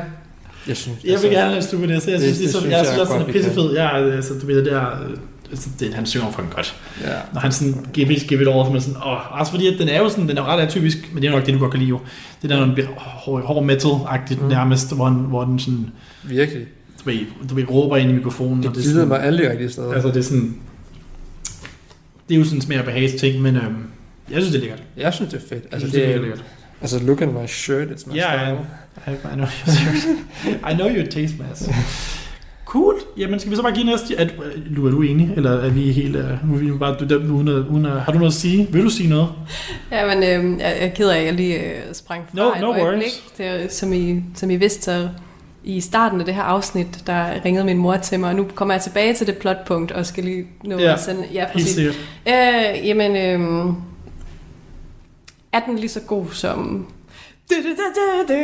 Speaker 5: Jeg synes,
Speaker 4: Jeg vil gerne have slutte på næsser. Jeg
Speaker 5: Altså, det-
Speaker 4: synes, det,
Speaker 5: det
Speaker 4: det, det,
Speaker 5: synes
Speaker 4: jeg,
Speaker 5: jeg
Speaker 4: synes også,
Speaker 5: godt,
Speaker 4: den er
Speaker 5: vi kan.
Speaker 4: pissefed. Jeg, er, øh, så du ved, det der... øh, Altså, det, han synger fucking godt.
Speaker 5: Ja.
Speaker 4: Når han sådan give it, give it over, så er man sådan, åh, altså fordi at den er jo sådan, den er jo ret atypisk, men det er nok det, du godt kan lide jo. Det der, når den bliver hård, hård metal-agtigt mm.
Speaker 5: Mm.
Speaker 4: nærmest, hvor, den- hvor den sådan,
Speaker 5: Virkelig.
Speaker 4: du ved, du ved, råber ind i mikrofonen.
Speaker 5: Det
Speaker 4: og er
Speaker 5: glider
Speaker 4: sådan,
Speaker 5: mig alle de rigtige steder.
Speaker 4: Altså det er sådan, det er jo sådan en smag og behags ting, men øhm, jeg synes, det er lækkert.
Speaker 5: Jeg synes, det er fedt.
Speaker 4: Jeg
Speaker 5: Altså,
Speaker 4: synes,
Speaker 5: det
Speaker 4: virkelig
Speaker 5: er, altså look at my shirt, it's my
Speaker 4: Ja, ja.
Speaker 5: style.
Speaker 4: I I know your taste. I know your taste,
Speaker 5: [laughs]
Speaker 4: Mads. Cool. Jamen, skal vi så bare give næste... Er, du- er du, er du enig, eller er vi helt... Uh, nu er vi jo bare dømt uden at, uden at... Har du noget at sige? Vil du sige noget?
Speaker 6: Ja, men øh, jeg, jeg er ked af, at jeg lige øh, sprang fra
Speaker 4: No-
Speaker 6: et
Speaker 4: no
Speaker 6: øjeblik.
Speaker 4: worries.
Speaker 6: Det, som, I, som I vidste, så i starten af det her afsnit, der ringede min mor til mig, og nu kommer jeg tilbage til det plotpunkt, og skal lige nå
Speaker 4: Ja.
Speaker 6: ja. at sende... Ja,
Speaker 4: Helt
Speaker 6: præcis.
Speaker 4: sikkert.
Speaker 6: Øh, jamen, øh, er den lige så god som... Altså, det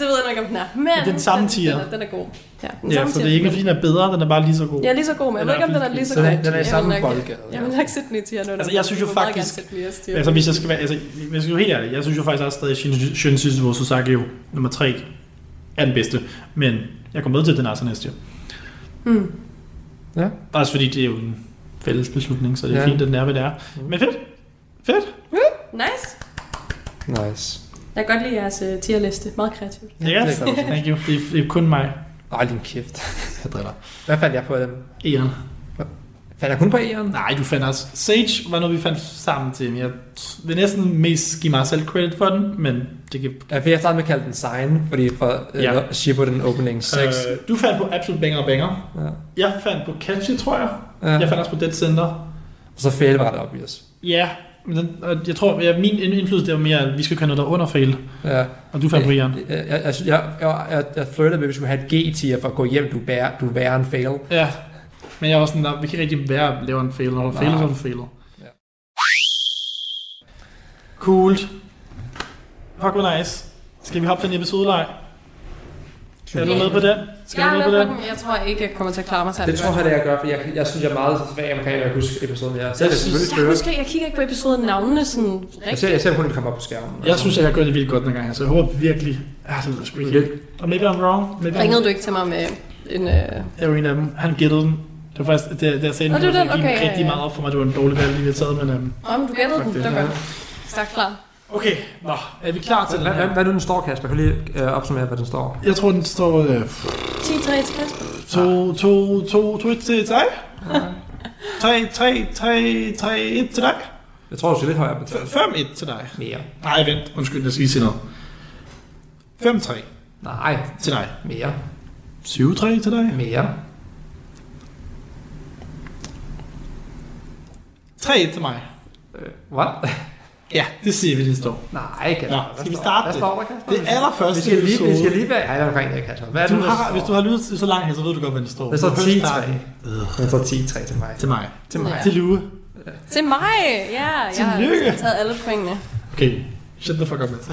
Speaker 6: ved jeg nok ikke, om den er. Men
Speaker 4: Men Mm. den samme tier.
Speaker 6: Den, er- den er god. Ja, den
Speaker 4: Ja,
Speaker 6: samme
Speaker 4: så det
Speaker 6: tier.
Speaker 4: er ikke, fordi den er bedre, den er bare lige så god.
Speaker 6: Jeg er lige så god, men jeg
Speaker 4: Den
Speaker 6: ved
Speaker 4: er
Speaker 6: ikke, om den er lige så
Speaker 5: Så
Speaker 6: god.
Speaker 5: den er- den er i
Speaker 6: Jeg vil
Speaker 5: samme
Speaker 6: nok-
Speaker 5: boldgade, ja.
Speaker 6: Jeg vil nok sætte den i tierne.
Speaker 4: Altså, jeg synes jo faktisk- Altså,
Speaker 6: Altså,
Speaker 4: hvis jeg skal være, altså, hvis jeg skal være helt ærlig, jeg synes jo faktisk også stadig, at Shin- Shin Suzuki Sosaki jo, nummer 3, er den bedste. Men jeg kommer med til, at den er så næste år.
Speaker 6: Mm.
Speaker 5: Ja.
Speaker 4: Også fordi det er jo en fælles beslutning, så det er
Speaker 5: Ja. Mm.
Speaker 4: fint, at den er, hvad det er. Men fedt. Fedt.
Speaker 6: Nice.
Speaker 5: Nice.
Speaker 6: Jeg kan godt lide jeres uh, tierliste. Meget kreativt.
Speaker 4: Ja, yes.
Speaker 5: det er godt.
Speaker 4: Thank you. Det er, det er kun mig.
Speaker 5: Ej, din kæft.
Speaker 4: Jeg driller.
Speaker 5: [laughs] Hvad fandt jeg på af dem?
Speaker 4: Ian.
Speaker 5: Fandt jeg kun på E'eren?
Speaker 4: Nej, du fandt også. Sage var noget, vi fandt sammen til. men Jeg vil næsten mest give mig selv credit for den, men det kan...
Speaker 5: Ja, for jeg startede med at kalde den Sign, fordi for øh,
Speaker 4: Ja.
Speaker 5: ja. Shippo den opening 6. Øh.
Speaker 4: Øh, du fandt på Absolut Banger og Banger.
Speaker 5: Ja.
Speaker 4: Jeg fandt på Catchy, tror jeg.
Speaker 5: Ja.
Speaker 4: Jeg fandt også på Dead Center.
Speaker 5: Og så fail var det obvious.
Speaker 4: Ja, men den, og jeg tror, at min ind- indflydelse det var mere, at vi skal have noget, der er under fail.
Speaker 5: Ja.
Speaker 4: Og du fandt på Ian.
Speaker 5: Jeg, jeg, altså, jeg, jeg, jeg, jeg flirtede med, at vi skulle have et G-tier for at gå hjem, du, bærer, du værre en fail.
Speaker 4: Ja, men jeg var sådan, at vi kan ikke rigtig være at lave en fail. Når du
Speaker 5: Nej.
Speaker 4: fejler, så er du fejlet.
Speaker 5: Ja.
Speaker 4: Cool. Fuck, hvor nice. Skal vi hoppe til en episodelej? Er du med på den? Skal
Speaker 6: jeg
Speaker 4: du
Speaker 6: er
Speaker 4: med på den?
Speaker 6: den. Jeg tror ikke, jeg kommer til at klare mig særlig
Speaker 5: Det tror jeg, det er, jeg gør, for jeg, jeg synes, jeg er meget svag omkring at huske episoden her. Så jeg,
Speaker 4: Jeg synes-
Speaker 5: selvfølgelig
Speaker 6: Jeg
Speaker 5: flirte.
Speaker 6: husker, jeg kigger ikke på episoden navnene sådan
Speaker 5: Jeg
Speaker 6: rigtigt.
Speaker 5: ser, jeg ser kun, at det kommer op på skærmen.
Speaker 4: Jeg synes, jeg har gjort det vildt godt den her gang, så jeg håber virkelig... Ja, det lyder sgu ikke.
Speaker 5: det
Speaker 4: Og maybe I'm wrong. Maybe
Speaker 6: Ringede
Speaker 4: I'm...
Speaker 6: du ikke til mig med en... Øh...
Speaker 4: Jeg var en af dem. Han gættede den. Det var faktisk, det, det jeg sagde,
Speaker 6: Nå,
Speaker 4: det,
Speaker 6: det var
Speaker 4: det,
Speaker 6: den.
Speaker 4: gik
Speaker 6: Okay, ja,
Speaker 4: rigtig
Speaker 6: ja.
Speaker 4: meget op for mig. Det var en dårlig valg, lige vi havde taget, men... øhm,
Speaker 6: Åh, men du gættede den.
Speaker 4: Fuck det.
Speaker 6: Det var godt. Så klar.
Speaker 4: Okay, nå, er vi klar til den
Speaker 5: Hvad, hvad,
Speaker 4: her?
Speaker 5: hvad er det, den står, Kasper? Kan du lige øh, opsummere, hvad den står?
Speaker 4: Jeg tror, den står øh,
Speaker 6: Sig tre til Kasper.
Speaker 4: 4-3 to, to, to, to, et til dig. Tre, tre, tre, tre, et til dig.
Speaker 5: Jeg tror, du skal lidt højere, men
Speaker 4: F- Fem, et til dig.
Speaker 5: mere.
Speaker 4: Nej, vent. Undskyld, jeg skal lige sige noget. Fem, tre
Speaker 5: Nej,
Speaker 4: til dig.
Speaker 5: mere,
Speaker 4: Syv, tre til dig.
Speaker 5: mere,
Speaker 4: Tre, et til mig.
Speaker 5: øh, what? [laughs]
Speaker 4: Ja, det siger vi næste år.
Speaker 5: Nej, Kasper.
Speaker 4: Nå,
Speaker 5: Hvad
Speaker 4: skal vi
Speaker 5: står-
Speaker 4: starte
Speaker 5: Hvad
Speaker 4: det?
Speaker 5: står der, Kasper?
Speaker 4: Det allerførste
Speaker 5: vi skal lige, vi
Speaker 4: episode.
Speaker 5: skal lige være ærlige omkring det, Kasper. Hvad er
Speaker 4: Du
Speaker 5: det, der
Speaker 4: har,
Speaker 5: står?
Speaker 4: hvis du har lyttet så langt her, så ved du godt, hvad det står.
Speaker 5: Der står
Speaker 4: Du kan
Speaker 5: 10
Speaker 4: starte.
Speaker 5: 3. Der står 10 3 til mig.
Speaker 4: Til mig.
Speaker 5: Til mig.
Speaker 6: Ja.
Speaker 4: Til Lue.
Speaker 6: Til mig! Ja, jeg
Speaker 4: Tillykke.
Speaker 6: har taget alle pointene.
Speaker 4: Okay. Shut the fuck up, altså.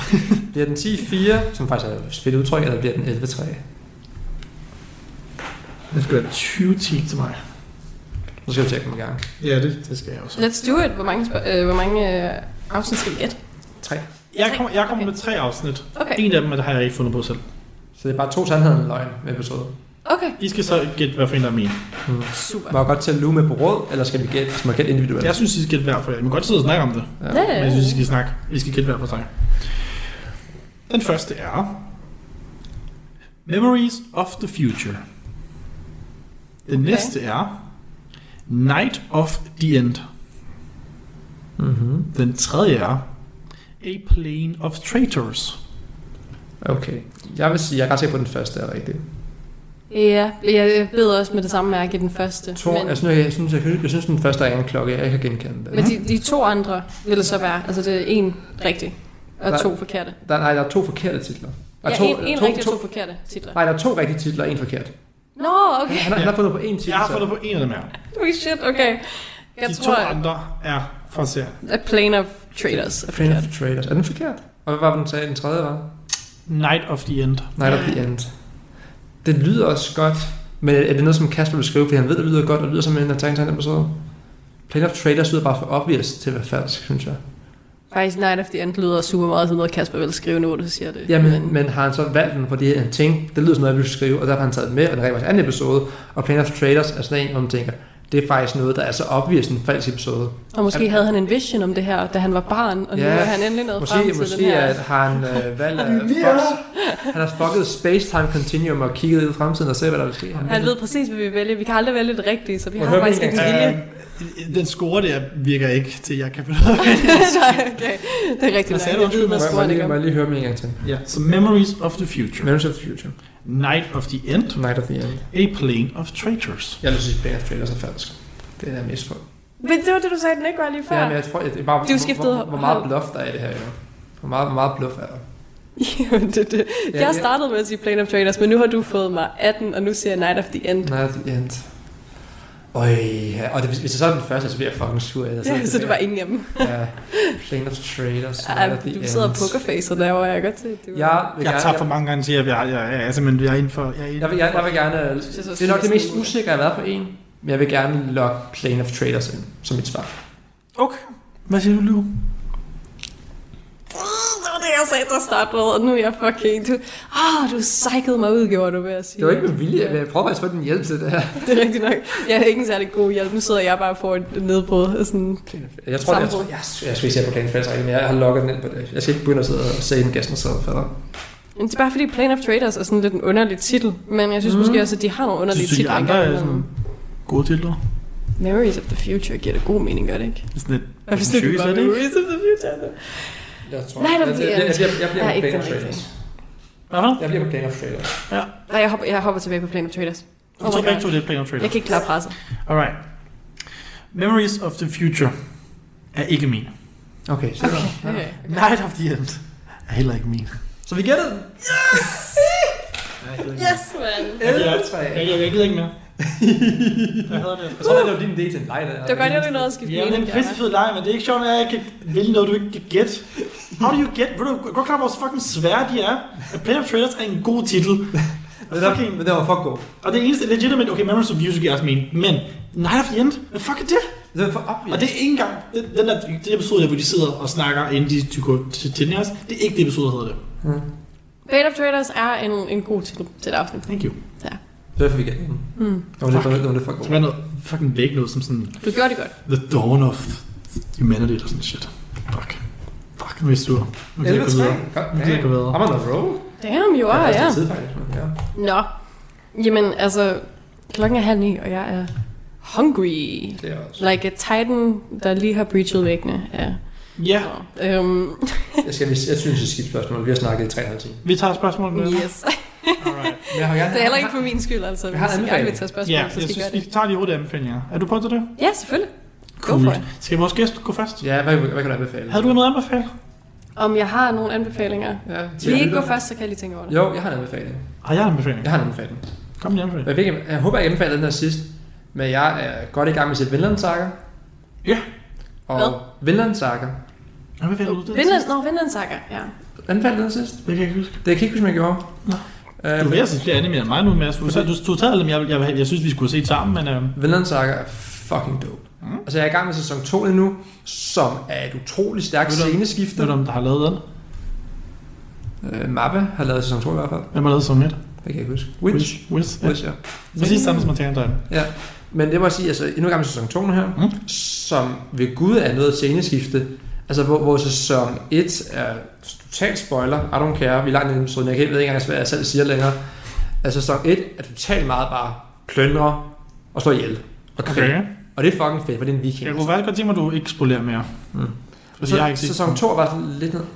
Speaker 5: Bliver den 10 4, som faktisk er et fedt udtryk, eller bliver den 11 3?
Speaker 4: Det skal være 20 10 til mig.
Speaker 5: Nu skal vi tjekke dem i gang.
Speaker 4: Ja, det, det skal jeg også.
Speaker 6: Let's do it. Hvor mange, sp- øh, hvor mange øh, afsnit skal vi gætte?
Speaker 5: 3.
Speaker 4: Jeg kommer jeg kommer
Speaker 6: Okay.
Speaker 4: med tre afsnit.
Speaker 6: Okay.
Speaker 4: En af dem er, det har jeg ikke fundet på selv.
Speaker 5: Så det er bare to sandheder og en løgn med episode.
Speaker 6: Okay,
Speaker 4: I skal så gætte, hvad for en der er min.
Speaker 6: super.
Speaker 5: Må jeg godt tælle Lue med på råd, eller skal vi gætte, skal man gætte individuelt?
Speaker 4: Jeg synes, I skal gætte hver for jer. I må godt sidde og snakke om det.
Speaker 6: Ja,
Speaker 4: Men jeg synes, I skal snakke. I skal gætte hver for sig. Den første er... Memories of the Future. Den
Speaker 6: Okay.
Speaker 4: næste er... Night of the End.
Speaker 5: Mm-hmm.
Speaker 4: Den tredje er... A Plane of Traitors.
Speaker 5: Okay. Jeg vil sige, jeg er ret sikker på, at den første er rigtig.
Speaker 6: Ja, jeg beder også med det samme mærke i den første.
Speaker 5: Tor,
Speaker 6: men
Speaker 5: jeg, synes, jeg, jeg, synes, jeg, jeg synes, den første er en klokke. Jeg kan genkende den.
Speaker 6: men de, de to andre ville så være, altså det er en rigtig
Speaker 5: Der-
Speaker 6: og to forkerte.
Speaker 5: Der, nej, der er to forkerte titler. Der
Speaker 6: Ja,
Speaker 5: er to,
Speaker 6: en, en
Speaker 5: to,
Speaker 6: rigtig
Speaker 5: to,
Speaker 6: og to forkerte titler.
Speaker 5: Nej, der er to rigtige titler og en forkert.
Speaker 6: Nå,
Speaker 5: Han,
Speaker 6: okay.
Speaker 5: han, han har fundet på én titel.
Speaker 4: Jeg har
Speaker 5: så.
Speaker 4: fundet på en af dem her.
Speaker 6: [laughs] Holy shit, okay. Jeg
Speaker 4: De to
Speaker 6: tror, at
Speaker 4: andre er fra serien.
Speaker 6: A Plane of Traders er
Speaker 5: Train
Speaker 6: forkert.
Speaker 5: of Traders. Er den forkert? Og hvad var den sagde, den tredje var?
Speaker 4: Night of the End.
Speaker 5: Night of the End. Det lyder også godt, men er det noget, som Kasper vil skrive, fordi han ved, det lyder godt, og lyder som en tanke til episode? Plane of Traders lyder bare for obvious til at være falsk, synes jeg.
Speaker 6: Faktisk Night of the End lyder super meget som noget, Kasper vil skrive nu, du siger det.
Speaker 5: Jamen, men har han så valgt den, fordi han tænkte, det lyder som noget, jeg ville skrive, og derfor har han taget den med, og den er rent faktisk anden episode, og Plane of Traders er sådan en, hvor man tænker, det er faktisk noget, der er så obvious en falsk episode.
Speaker 6: Og måske havde han en vision om det her, da han var barn, og nu
Speaker 5: Ja,
Speaker 6: er han endelig nået frem
Speaker 5: Måske,
Speaker 6: til den
Speaker 5: måske
Speaker 6: her.
Speaker 5: at han
Speaker 6: [laughs]
Speaker 5: øh, valgt at Fox, han har fucket space-time continuum og kigget ud i fremtiden og se, hvad der vil ske.
Speaker 6: Han ved præcis, hvad vi vælger. Vi kan aldrig vælge det rigtige, så vi
Speaker 5: Må
Speaker 6: har
Speaker 5: jeg høre
Speaker 6: faktisk
Speaker 5: min
Speaker 6: ikke
Speaker 5: gang?
Speaker 6: vilje. [laughs]
Speaker 4: Øh, den score der virker ikke til, jeg kan finde ud af det.
Speaker 6: Nej, okay. Det er rigtigt.
Speaker 4: Hvad sagde du?
Speaker 6: Jeg ved,
Speaker 4: Undskyld,
Speaker 6: hvad
Speaker 5: Må jeg,
Speaker 6: skoren
Speaker 5: må,
Speaker 6: ikke
Speaker 5: jeg,
Speaker 6: om.
Speaker 5: må jeg lige høre mig en gang til?
Speaker 4: Ja, så Memories of the Future.
Speaker 5: Memories of the Future.
Speaker 4: Night of the End.
Speaker 5: Night of the End.
Speaker 4: A Plane of Traitors.
Speaker 5: Jeg vil sige, at Plane of Trailers er falsk. Det er der mest for.
Speaker 6: Men det var det, du sagde, den ikke var lige
Speaker 5: Ja,
Speaker 6: før.
Speaker 5: men jeg tror, jeg, det er bare,
Speaker 6: Du
Speaker 5: hvor,
Speaker 6: skiftede
Speaker 5: hvor, hvor meget
Speaker 6: hold.
Speaker 5: bluff der er i det her, jo. Hvor meget, hvor meget bluff er der?
Speaker 6: [laughs] Jo, det, det.
Speaker 5: Ja,
Speaker 6: Jeg
Speaker 5: ja.
Speaker 6: startede med at sige Plane of Traders, men nu har du fået mig 18, og nu siger jeg Night of the End.
Speaker 5: Night of the End. Øj, ja. og det, hvis det så er den første, så bliver jeg fucking sur. altså, Jeg
Speaker 6: Ja, [laughs] så det var ingen af dem.
Speaker 5: Ja, Plane of Trailers,
Speaker 6: Ej,
Speaker 5: Night of the End.
Speaker 6: Du sidder og pokerfacer derovre, jeg kan godt se. at Du
Speaker 5: Jeg, vil
Speaker 4: Jeg
Speaker 5: gerne-
Speaker 4: tager for mange gange til, at jeg, jeg, jeg, jeg er simpelthen jeg er inden for... Jeg er inden
Speaker 5: Jeg vil, jeg, jeg vil gerne...
Speaker 6: synes, det er så
Speaker 5: Det er nok det mest
Speaker 6: sindssygt.
Speaker 5: usikre, jeg har været på en. Men jeg vil gerne lokke Plane of Traders ind, som mit svar.
Speaker 4: Okay. Hvad siger du, Liv?
Speaker 6: Det var det, jeg sagde til at starte med, og nu er jeg fucking... Du, ah, du psykede mig ud, gjorde du ved at sige.
Speaker 5: Det var ikke med vilje, men jeg prøver faktisk at få den hjælp til det her.
Speaker 6: Det er rigtigt nok. Jeg er ikke en særlig god hjælp. Nu sidder jeg bare og får et nedbrud. og Sådan.
Speaker 5: Jeg tror, jeg,
Speaker 6: Sambrud.
Speaker 5: tror, jeg, jeg skulle ikke se på Plane of Traders rigtigt, men jeg har lokket den ind på det. Jeg skal ikke begynde at sidde og se en gæst, så falder.
Speaker 6: Men det er bare fordi Plane of Traders er sådan lidt en underlig titel. Men jeg synes mm. måske også, at de har nogle underlige
Speaker 4: Synes du, de
Speaker 6: titler.
Speaker 4: andre
Speaker 6: engang
Speaker 4: er
Speaker 6: imellem.
Speaker 4: sådan gode titler?
Speaker 6: Memories of the Future giver det god mening, gør det ikke?
Speaker 4: Det er sådan lidt...
Speaker 6: Hvad hvis det
Speaker 4: Seriøst,
Speaker 6: bare
Speaker 4: er det ikke?
Speaker 6: Memories of the Future?
Speaker 5: Jeg tror,
Speaker 6: Nej, der
Speaker 5: jeg,
Speaker 6: bliver-
Speaker 5: jeg, jeg, jeg, jeg bliver
Speaker 6: Der er
Speaker 5: på
Speaker 6: ikke
Speaker 5: Plane of
Speaker 6: den
Speaker 5: Traders.
Speaker 4: Hvad for noget?
Speaker 5: Jeg bliver på Plane of Traders.
Speaker 6: Nej, jeg hopper, jeg hopper tilbage på Plane of Traders.
Speaker 4: Jeg tror begge to, det er Plane of
Speaker 6: Oh Jeg
Speaker 4: Traitors.
Speaker 6: kan ikke klare presset.
Speaker 4: Alright. Memories of the Future er ikke min.
Speaker 5: Okay, så okay.
Speaker 6: Okay.
Speaker 4: Night of the End er heller ikke min.
Speaker 5: Så vi gætter den.
Speaker 6: Yes, man.
Speaker 5: 11-3.
Speaker 4: jeg gider [laughs] ikke mere. Jeg hader det.
Speaker 5: Jeg tror, det var din idé til en leg. der.
Speaker 6: Det var godt, jeg lige nåede at skifte
Speaker 4: Ja, det er
Speaker 6: mening.
Speaker 4: en pisse fed leg, men det er ikke sjovt, at jeg kan vælge noget, du ikke kan gætte. How do you get? Vil du er godt klar, over, hvor fucking svære de er? A Plane of Traitors er en god titel.
Speaker 5: Men det var-
Speaker 4: Fucking-
Speaker 5: Men det var fuck god.
Speaker 4: Og det eneste legitimate, okay, Memories of Music er også min, men Night of the End, hvad fuck er det?
Speaker 5: Det var for obvious.
Speaker 4: Og det er ikke engang, den, den der, det episode, der, hvor de sidder og snakker, inden de ty- går til Tinnias, det er ikke det episode, der hedder det.
Speaker 6: Plane of Traders er en, en god titel til et afsnit.
Speaker 4: Thank you.
Speaker 5: Det var for vi gætter den.
Speaker 6: Mm.
Speaker 5: Det var det, det var det for
Speaker 4: Det
Speaker 5: god.
Speaker 4: skal være noget fucking væk noget, som sådan,
Speaker 6: Du gjorde det godt.
Speaker 4: The Dawn of Humanity, eller sådan shit. Fuck. Fuck, nu er jeg sur. Nu kan jeg ikke gå videre.
Speaker 5: 11-3. Godt.
Speaker 4: Nu kan jeg ikke gå videre.
Speaker 5: I'm on a roll.
Speaker 6: Damn, you are, ja.
Speaker 5: Tid, faktisk. men ja.
Speaker 6: Nå. Jamen, altså, Klokken er halv ni, og jeg er hungry.
Speaker 5: Det er også.
Speaker 6: Like a titan, der lige har breachet væggene. Ja.
Speaker 4: Ja,
Speaker 6: Øhm,
Speaker 5: Jeg, skal, jeg synes, det er et skidt spørgsmål. Vi har snakket i 3,5 timer.
Speaker 4: vi tager spørgsmålet. med.
Speaker 6: yes.
Speaker 4: Alright.
Speaker 5: Men Jeg har gerne...
Speaker 6: Det er heller ikke for min skyld, altså.
Speaker 5: Jeg har en
Speaker 6: Hvis I gerne
Speaker 5: anbefaling.
Speaker 6: vil tage spørgsmål,
Speaker 4: Ja,
Speaker 6: yeah, så
Speaker 4: jeg
Speaker 6: skal I
Speaker 4: synes,
Speaker 6: gøre
Speaker 4: vi
Speaker 6: det.
Speaker 4: tager de otte anbefalinger. Er du på til det?
Speaker 6: Ja, selvfølgelig. Go for it.
Speaker 4: Skal vores gæst gå først?
Speaker 5: Ja, hvad, hvad kan du anbefale?
Speaker 4: Havde du noget at anbefale?
Speaker 6: Om jeg har nogle anbefalinger.
Speaker 5: Ja,
Speaker 6: Vil I
Speaker 5: jeg
Speaker 6: ikke gå
Speaker 5: lytter.
Speaker 6: først, så kan jeg lige tænke over det.
Speaker 5: Jo, jeg har en anbefaling.
Speaker 4: Har Ah, jeg en anbefaling?
Speaker 5: Jeg har en anbefaling.
Speaker 4: Kom med en anbefaling.
Speaker 5: Jeg, ved ikke, jeg håber, jeg anbefaler den her sidst, men jeg er godt i gang med sit Vinlandsakker.
Speaker 4: Ja.
Speaker 6: Hvad?
Speaker 5: Og Vinlandsakker.
Speaker 4: Jeg vil være ude det.
Speaker 6: Vinland, Nå, Vinlandsakker, ja.
Speaker 5: Anbefaler den sidst?
Speaker 4: Det kan jeg ikke huske.
Speaker 5: Det kan jeg ikke huske, om jeg gjorde.
Speaker 4: Nå.
Speaker 5: Øh,
Speaker 4: Du vil altså flere anime end mig nu, Mads. Du,
Speaker 5: Fordi-
Speaker 4: du, du tager dem, jeg, jeg, jeg, jeg synes, vi skulle se sammen, men øh,
Speaker 5: Vinlandsakker er fucking dope. Mm. Altså, jeg er i gang med sæson 2 lige nu, som er et utroligt stærkt
Speaker 4: Ved du-
Speaker 5: sceneskifte.
Speaker 4: ved du, om der har lavet den?
Speaker 5: Øh, Mappe har lavet sæson 2 i hvert fald.
Speaker 4: Hvem har lavet som et?
Speaker 5: Det kan jeg ikke huske. Witch.
Speaker 4: Wiz. Ja.
Speaker 5: Witch, ja.
Speaker 4: Præcis samme som Attack on Titan.
Speaker 5: Ja, men det må jeg sige, altså endnu gang med sæson 2 nu her, mm. som ved Gud er noget sceneskifte. Altså, hvor, hvor sæson 1 er totalt spoiler, I don't care, vi er langt nede i episoden, jeg kan- jeg ved ikke engang, hvad jeg selv siger længere. Altså, sæson 1 er totalt meget bare plyndre og slå ihjel og krig. Okay. Og det er fucking fedt, for det er en viking.
Speaker 4: Jeg kunne faktisk godt tænke mig, at du ikke spolerer mere.
Speaker 5: Mm.
Speaker 4: Fordi
Speaker 5: Så,
Speaker 4: jeg har ikke set
Speaker 5: sæson 2 var sådan lidt noget,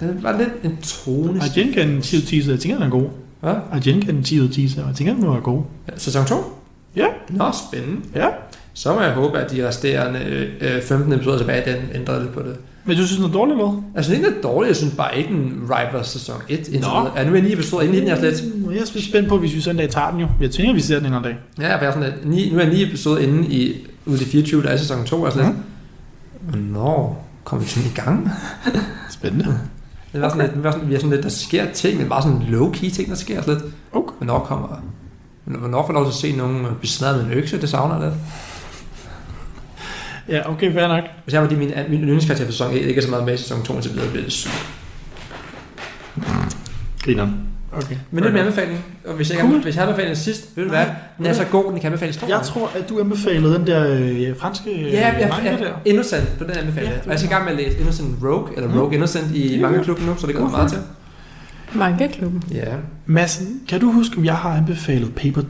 Speaker 5: den var lidt en tone.
Speaker 4: Jeg genkender den 10 ud af 10, så jeg tænker, den er god.
Speaker 5: Hvad?
Speaker 4: Jeg genkender den 10 ud af 10, så jeg tænker, den må være god.
Speaker 5: Ja, Sæson 2?
Speaker 4: Ja.
Speaker 5: Nå, spændende.
Speaker 4: Ja.
Speaker 5: Så må jeg håbe, at de resterende øh, øh, 15 episoder tilbage, den ændrede lidt på det.
Speaker 4: Men du synes, den er dårlig, hvad?
Speaker 5: Altså, den er ikke dårlig. Jeg synes bare ikke, den riper sæson 1. indtil
Speaker 4: Nå.
Speaker 5: videre. Ja, nu er jeg 9 episoder inde i den her slet.
Speaker 4: Mm, Jeg er så spændt på, hvis vi søndag tager den jo. Jeg tænker, vi ser den en anden dag.
Speaker 5: Ja, jeg er sådan, at 9, nu er jeg 9 episoder inde i ude i de 24, der er i sæson 2 og slet.
Speaker 4: Mhm.
Speaker 5: Hvornår kommer vi sådan i gang?
Speaker 4: Spændende.
Speaker 5: Det var sådan lidt, vi var sådan, vi er sådan lidt, der sker ting, men bare sådan low-key ting, der sker slet.
Speaker 4: Okay.
Speaker 5: Hvornår kommer... Hvornår får jeg lov til at se nogen øh, blive smadret med en økse? Det savner jeg lidt.
Speaker 4: Ja, okay, fair nok.
Speaker 5: Hvis jeg var det, min, min yndlingskarakter for sæson 1 ikke er så meget med i sæson 2, så bliver det sygt.
Speaker 4: Grineren. Okay.
Speaker 5: Men det er min anbefaling, og hvis jeg, cool.
Speaker 4: Cool.
Speaker 5: hvis jeg anbefaler den sidst, ved du
Speaker 4: Nej,
Speaker 5: hvad, den er så god, den kan anbefales to
Speaker 4: Jeg
Speaker 5: gange.
Speaker 4: tror, at du anbefalede den der øh, franske øh,
Speaker 5: Ja, jeg,
Speaker 4: manga der.
Speaker 5: jeg, Innocent, på den anbefaling.
Speaker 4: Ja,
Speaker 5: Ja,
Speaker 4: det Mm.
Speaker 5: og jeg skal i gang med at læse Innocent Rogue, eller Rogue Innocent i
Speaker 4: Ja.
Speaker 5: mange klubben nu, så det går meget til.
Speaker 6: Mangaklubben.
Speaker 5: Ja,
Speaker 4: Madsen, kan du huske, om jeg har anbefalet Paper,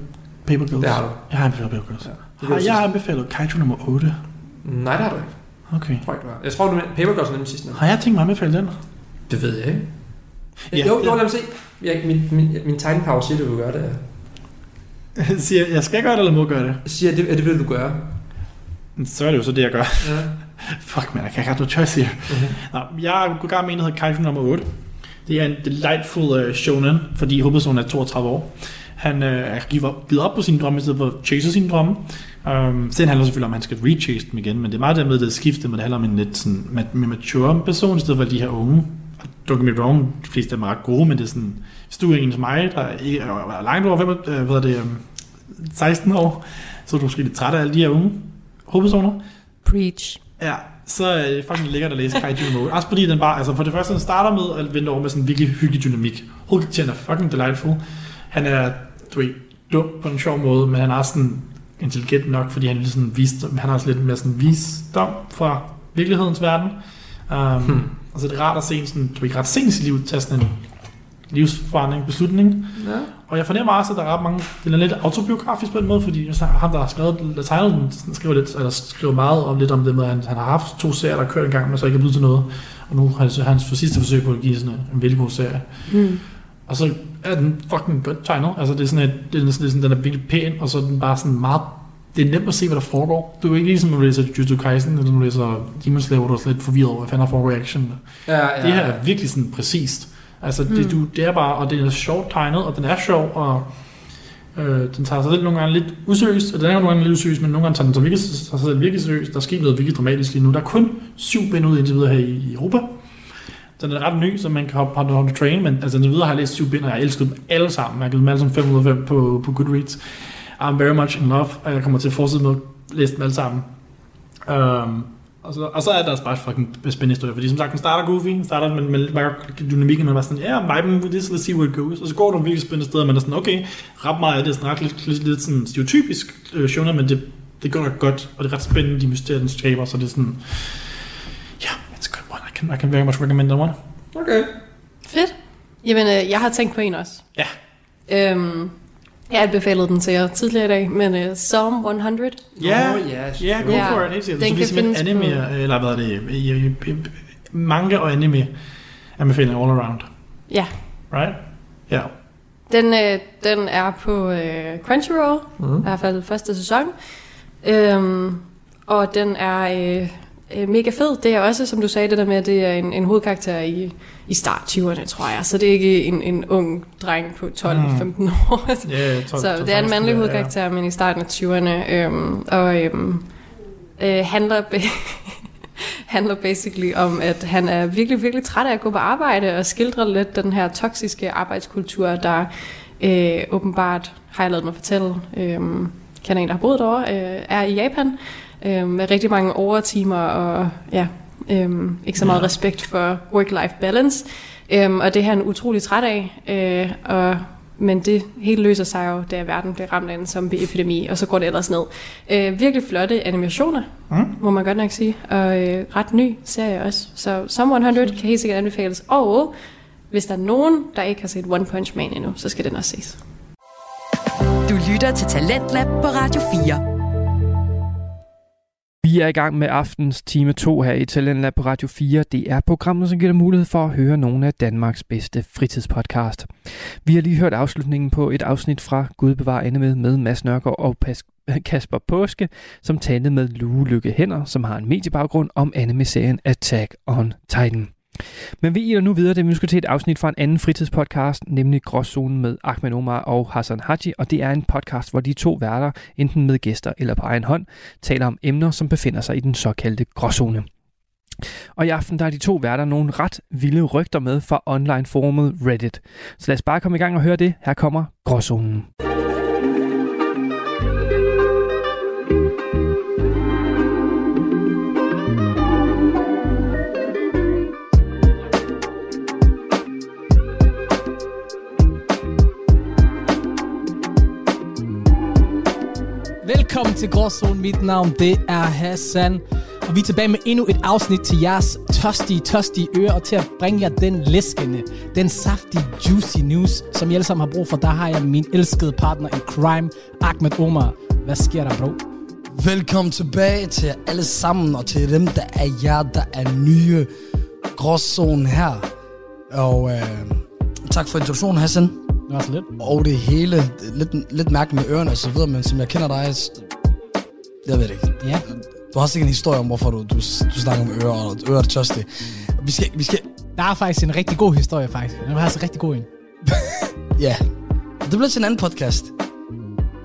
Speaker 4: paper Girls?
Speaker 5: det har du.
Speaker 4: Jeg har anbefalet Paper Girls.
Speaker 5: Ja.
Speaker 4: Ja.
Speaker 5: Det
Speaker 4: Har
Speaker 5: var
Speaker 4: jeg anbefalet Kaiju nummer 8?
Speaker 5: Nej, det har du ikke.
Speaker 4: Okay.
Speaker 5: Tror ikke, du har. Jeg tror, du men- Paper Girls er nemlig sidst. nu.
Speaker 4: Har jeg tænkt mig at anbefale den?
Speaker 5: Det ved jeg ikke.
Speaker 4: Ja,
Speaker 5: jo,
Speaker 4: ja.
Speaker 5: jo, lad mig se. Jeg, min, min, min tegnepause siger, du vil gøre det.
Speaker 4: [laughs] Siger, jeg, jeg skal gøre det, eller må gøre det?
Speaker 5: Siger, det, at det vil du gøre.
Speaker 4: Så er det jo så det, jeg gør.
Speaker 5: Ja.
Speaker 4: Fuck, man, jeg kan ikke have no choice here. Nå, jeg er gået i gang med en, der hedder Kaiju nummer 8. Det er en delightful uh, shonen, fordi hovedpersonen er 32 år. Han øh, giver givet op på sine drømme, i stedet for at chase sine drømme. Um, sen handler det selvfølgelig om, at han skal rechase dem igen, men det er meget dermed, det er skiftet, men det handler om en lidt sådan, ma- mere mature person, i stedet for de her unge. Og Don't get me wrong, de fleste af dem er ret gode, men det er sådan, hvis du er en som mig, der er, ikke- er, er langt over fem, øh, hvad er det, øhm, 16 år, så er du måske lidt træt af alle de her unge hovedpersoner.
Speaker 2: Preach.
Speaker 4: Ja, så er det fucking lækkert at læse Kaiju Mode. Også fordi den bare, altså for det første, den starter med at vende over med sådan en virkelig hyggelig dynamik. Hovedkarakteren er fucking delightful. Han er, du ved, dum på en sjov måde, men han er også sådan intelligent nok, fordi han, er lidt sådan vist, han har også lidt mere sådan visdom fra virkelighedens verden. Um, hmm. Og så er det rart at se en sådan, du ved, ret sent i sit liv tage sådan en livsforandring, beslutning.
Speaker 5: ja.
Speaker 4: Og jeg fornemmer også, at der er ret mange... Den er lidt autobiografisk på en måde, fordi så ham, der har skrevet, der tegnet den, sådan skriver, lidt, eller skriver meget om lidt om det med, at han, han har haft to serier, der kørt en gang, men så ikke er blevet til noget. Og nu har han så hans for sidste forsøg på at give sådan en, en virkelig god serie.
Speaker 6: Mm.
Speaker 4: Og så er den fucking godt tegnet. Altså, det er sådan, at den er, sådan, det er sådan, den er virkelig pæn, og så er den bare sådan meget... Det er nemt at se, hvad der foregår. Du er ikke ligesom, når du læser Jujutsu Kaisen, eller når du læser Demon Slayer, hvor du er sådan lidt forvirret over, hvad fanden der foregår i action.
Speaker 5: Ja, ja.
Speaker 4: Det her er virkelig sådan præcist. Altså, det, du, det er bare, og det er sjovt tegnet, og den er sjov, og øh, den tager sig selv nogle gange lidt useriøst, og den er jo nogle gange lidt useriøst, men nogle gange tager den sig virkelig, tager sig selv virkelig seriøst. Der er sket noget virkelig dramatisk lige nu. Der er kun syv bind ud indtil videre her i, i Europa. Den er ret ny, så man kan hoppe hoppe on the train, men altså indtil videre har jeg læst syv bind, og jeg har elsket dem alle sammen. Jeg har givet dem alle sammen 505 på, på Goodreads. I'm very much in love, og jeg kommer til at fortsætte med at læse dem alle sammen. Um, og, så, og så er der også bare et fucking spændende historie, fordi som sagt, den starter goofy, den starter med, med lidt bare dynamikken, man er bare sådan, ja, yeah, viben, with this, let's see where it goes. Og så går du virkelig spændende steder, man er sådan, okay, ret meget af det er sådan ret lidt, lidt, lidt sådan stereotypisk øh, shonen, men det, det går nok godt, og det er ret spændende, de mysterier, den skaber, så det er sådan, ja, yeah, it's a good one, I can, I can very much recommend that one.
Speaker 5: Okay.
Speaker 6: Fedt. Jamen, øh, jeg har tænkt på en også.
Speaker 4: Ja.
Speaker 6: Øhm, Jeg anbefalede den til jer tidligere i dag, men uh, Psalm 100.
Speaker 4: Ja,
Speaker 5: Nå, ja,
Speaker 4: ja, go
Speaker 5: selvfølgelig.
Speaker 4: for it. Helt sikkert. Så
Speaker 6: Den kan
Speaker 4: det er simpelthen
Speaker 6: findes på-
Speaker 4: anime, eller hvad er det, i- i- i- manga og anime anbefaling all around.
Speaker 6: Ja,
Speaker 4: Right? Ja.
Speaker 6: den, øh, den er på øh, Crunchyroll, i
Speaker 4: Mm.
Speaker 6: hvert fald første sæson. Øhm, og den er øh, øh, mega fed. Det er også, som du sagde, det der med, at det er en, en hovedkarakter i, i start 20'erne, tror jeg. Så det er ikke en, en ung dreng på 12-15 år. [laughs]
Speaker 4: Ja, jeg tror-
Speaker 6: Så
Speaker 4: tror
Speaker 6: det er en
Speaker 4: faktisk,
Speaker 6: mandlig
Speaker 4: ja.
Speaker 6: hovedkarakter, men i starten af 20'erne, øhm, og øhm, øh, handler, [laughs] handler basically om, at han er virkelig, virkelig træt af at gå på arbejde, og skildrer lidt den her toksiske arbejdskultur, der øh, åbenbart, har jeg lavet mig fortælle, øh, kan en, der har boet derovre, øh, er i Japan, øh, med rigtig mange overtimer og ja, Øhm, ikke så meget
Speaker 4: Ja.
Speaker 6: respekt for work-life balance. Øhm, og det er han utrolig træt af. Øh, og, men det hele løser sig jo, da verden bliver ramt af en zombie-epidemi, og så går det ellers ned. Øh, virkelig flotte animationer,
Speaker 4: Mm.
Speaker 6: må man godt nok sige. Og øh, ret ny serie også. Så Some 100 kan helt sikkert anbefales. Og hvis der er nogen, der ikke har set One Punch Man endnu, så skal den også ses.
Speaker 2: Du lytter til Talentlab på Radio 4.
Speaker 3: Vi er i gang med aftens time 2 her i Talentlab på Radio 4. Det er programmet, som giver dig mulighed for at høre nogle af Danmarks bedste fritidspodcast. Vi har lige hørt afslutningen på et afsnit fra Gud bevarer Anne med, med Mads Nørgaard og Pas- Kasper Påske, som talte med Lue Lykke Hænder, som har en mediebaggrund om anime-serien Attack on Titan. Men vi er nu videre, det vi skal til et afsnit fra en anden fritidspodcast, nemlig Gråzonen med Ahmed Omar og Hassan Haji, og det er en podcast, hvor de to værter, enten med gæster eller på egen hånd, taler om emner, som befinder sig i den såkaldte gråzone. Og i aften der er de to værter nogle ret vilde rygter med fra online-forumet Reddit. Så lad os bare komme i gang og høre det. Her kommer Gråzonen.
Speaker 1: Velkommen til Gråzone. Mit navn det er Hassan. Og vi er tilbage med endnu et afsnit til jeres tørstige, tørstige ører. Og til at bringe jer den læskende, den saftige, juicy news, som I alle sammen har brug for. Der har jeg min elskede partner i crime, Ahmed Omar. Hvad sker der, bro?
Speaker 7: Velkommen tilbage til jer alle sammen, og til dem, der er jer, der er nye. Gråzonen her. Og øh, tak for introduktionen, Hassan.
Speaker 1: Det var så lidt.
Speaker 7: Og det hele, det er lidt, lidt mærkeligt med ørerne og så videre, men som jeg kender dig, s- jeg ved det ikke.
Speaker 1: Ja.
Speaker 7: Du har sikkert en historie om, hvorfor du, du, du snakker om ører, og ører er tørstige. Vi skal, vi skal,
Speaker 1: Der er faktisk en rigtig god historie, faktisk. Den var altså rigtig god en.
Speaker 7: ja. Det bliver til en anden podcast.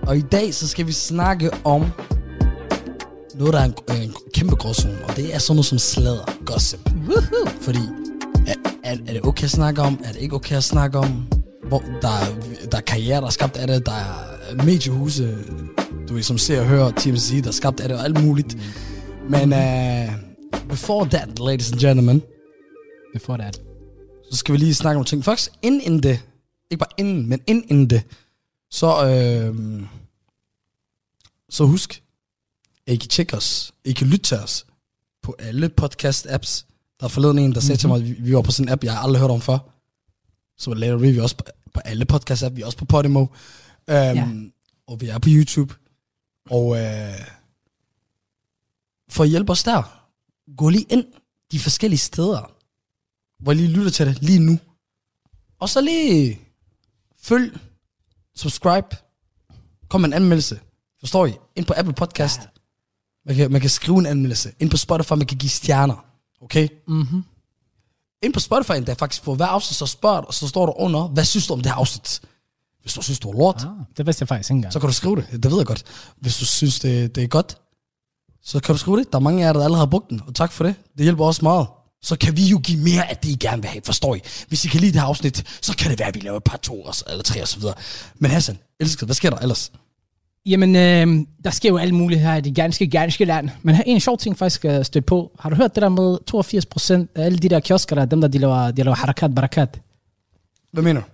Speaker 7: Og i dag, så skal vi snakke om noget, der er en, øh, en kæmpe gråzone, og det er sådan noget som sladder, gossip.
Speaker 1: Woohoo!
Speaker 7: Fordi, er, er, er det okay at snakke om? Er det ikke okay at snakke om? Hvor der, er- der er karriere, der er skabt af det. Der er mediehuse, du ved, som ser og hører, TMZ, der er skabt af det og alt muligt. Men uh, before that, ladies and gentlemen,
Speaker 1: Before that.
Speaker 7: så skal vi lige snakke om nogle ting. Først, inden inden det, ikke bare inden, men inden inden det, så, øh, så husk, at I kan tjekke os, I kan lytte til os på alle podcast-apps. Der er forleden en, der sagde mm-hmm. til mig, at vi var på sådan en app, jeg har aldrig hørt om før. Så laver vi også på, på alle podcast-apps, vi er også på Podimo, øhm, ja. og vi er på YouTube. Og øh, for at hjælpe os der, gå lige ind de forskellige steder, hvor I lige lytter til det lige nu. Og så lige følg, subscribe, kom med en anmeldelse. Forstår I? Ind på Apple Podcast. Ja. Man, kan, man kan skrive en anmeldelse. Ind på Spotify, man kan give stjerner. Okay? Mm-hmm. Ind på Spotify endda faktisk på hver afsnit, så spørger du, og så står der under, hvad synes du om det her afsnit? Hvis du synes, du er lort,
Speaker 1: Ah, det vidste jeg faktisk ikke engang.
Speaker 7: så kan du skrive det. Det ved jeg godt. Hvis du synes, det, det er godt, så kan du skrive det. Der er mange af jer, der allerede har brugt den, og tak for det. Det hjælper også meget. Så kan vi jo give mere af det, I gerne vil have. Forstår I? Hvis I kan lide det her afsnit, så kan det være, at vi laver et par to og så- eller tre og så videre. Men Hassan, elsker, hvad sker der ellers?
Speaker 1: Jamen, øh, der sker jo alt muligt her i det ganske, ganske land. Men her er en sjov ting faktisk at støtte på. Har du hørt det der med 82 procent af alle de der kiosker, der er dem der de laver, de laver harakat, barakat?
Speaker 7: Hvad mener du?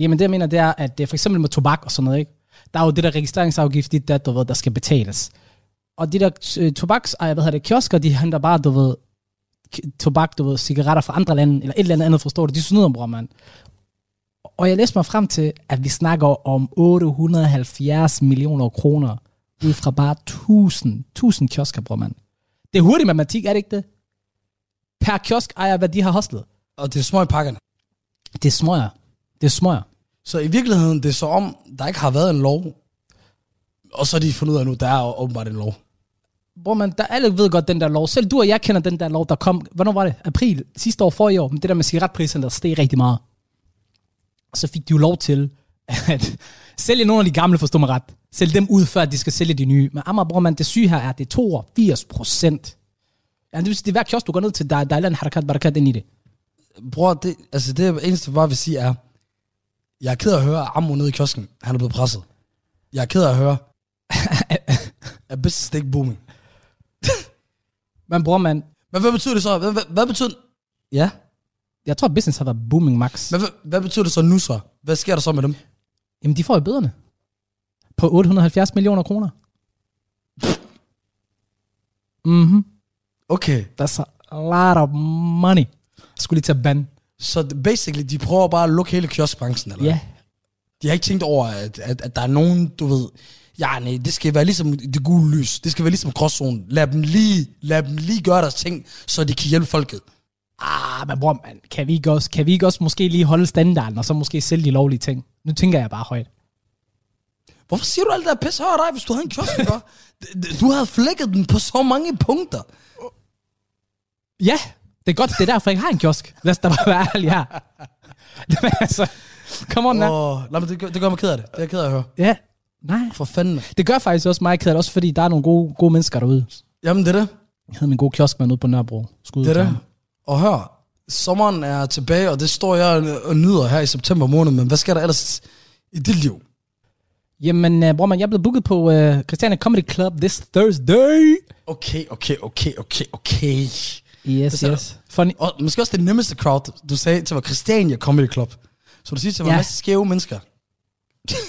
Speaker 1: Jamen det jeg mener, det er, at det er for eksempel med tobak og sådan noget, ikke? Der er jo det der registreringsafgift, det der, du ved, der skal betales. Og de der øh, tobaks, ej, hvad hedder det, kiosker, de henter bare, du ved, k- tobak, du ved, cigaretter fra andre lande, eller et eller andet andet, forstår du? De snyder, bror, mand. Og jeg læste mig frem til, at vi snakker om 870 millioner kroner ud fra bare 1000, 1000 kiosker, bror mand. Det er hurtig matematik, er det ikke det? Per kiosk ejer, hvad de har hostlet.
Speaker 7: Og det er små i pakkerne.
Speaker 1: Det er smøger. Det er smøger.
Speaker 7: Så i virkeligheden, det er så om, der ikke har været en lov, og så er de fundet ud af nu, der er åbenbart en lov.
Speaker 1: Bror man, der alle ved godt den der lov. Selv du og jeg kender den der lov, der kom, hvornår var det? April, sidste år, forrige år. Men det der med cigaretpriserne, der steg rigtig meget. Og så fik de jo lov til at [laughs] sælge nogle af de gamle, forstå mig ret. Sælge dem ud, før de skal sælge de nye. Men Amager, bror man, det syge her er, at det er 82 procent. Ja, det vil sige, det er hver kiosk, du går ned til, der, der er et eller andet harakat, barakat ind i det.
Speaker 7: Bror, det, altså det eneste, jeg bare vil sige er, jeg er ked af at høre, at Ammo nede i kiosken, han er blevet presset. Jeg er ked af at høre, [laughs] at business det er ikke booming.
Speaker 1: Men bror man,
Speaker 7: Men hvad betyder det så? Hvad, hvad, hvad betyder... Ja?
Speaker 1: jeg tror, business har været booming max.
Speaker 7: Men hvad, hvad betyder det så nu så? Hvad sker der så med dem?
Speaker 1: Jamen, de får jo bøderne. På 870 millioner kroner. Mhm.
Speaker 7: Okay,
Speaker 1: That's a lot of money. Jeg skulle lige til at bande.
Speaker 7: så basically, de prøver bare at lukke hele kioskbranchen, eller?
Speaker 1: Ja.
Speaker 7: De har ikke tænkt over, at, at, at der er nogen, du ved... Ja, nej, det skal være ligesom det gule lys. Det skal være ligesom gråzonen. Lad dem lige, lad dem lige gøre deres ting, så de kan hjælpe folket.
Speaker 1: Ah, men bror, man, kan, vi ikke også, kan vi ikke også måske lige holde standarden, og så måske sælge de lovlige ting? Nu tænker jeg bare højt.
Speaker 7: Hvorfor siger du alt det der pisse over dig, hvis du havde en kiosk, ikke? [laughs] D- d- Du havde flækket den på så mange punkter.
Speaker 1: Ja, det er godt, det er derfor, jeg har en kiosk. Lad os da bare være ærlig her. [laughs] Jamen, altså, come on, oh.
Speaker 7: Åh, nej, men det, gør- det gør mig ked af det. Det er jeg ked af at høre.
Speaker 1: Ja, nej.
Speaker 7: For fanden, mand.
Speaker 1: Det gør faktisk også mig ked af det, også fordi der er nogle gode, gode mennesker derude.
Speaker 7: Jamen, det er det.
Speaker 1: Jeg havde min gode kioskmand ude på Nørrebro. Skud ud
Speaker 7: Det er
Speaker 1: til
Speaker 7: det.
Speaker 1: ham.
Speaker 7: Og hør, sommeren er tilbage, og det står jeg og nyder her i september måned, men hvad sker der ellers i dit liv?
Speaker 1: Jamen, uh, bror, man, jeg blev booket på uh, Christiania Comedy Club this Thursday.
Speaker 7: Okay, okay, okay, okay, okay.
Speaker 1: Yes,
Speaker 7: er
Speaker 1: yes. Funny.
Speaker 7: Og måske også det nemmeste crowd, du sagde til mig, Christiania Comedy Club. Så du siger til mig,
Speaker 1: Ja.
Speaker 7: ja. masse skæve mennesker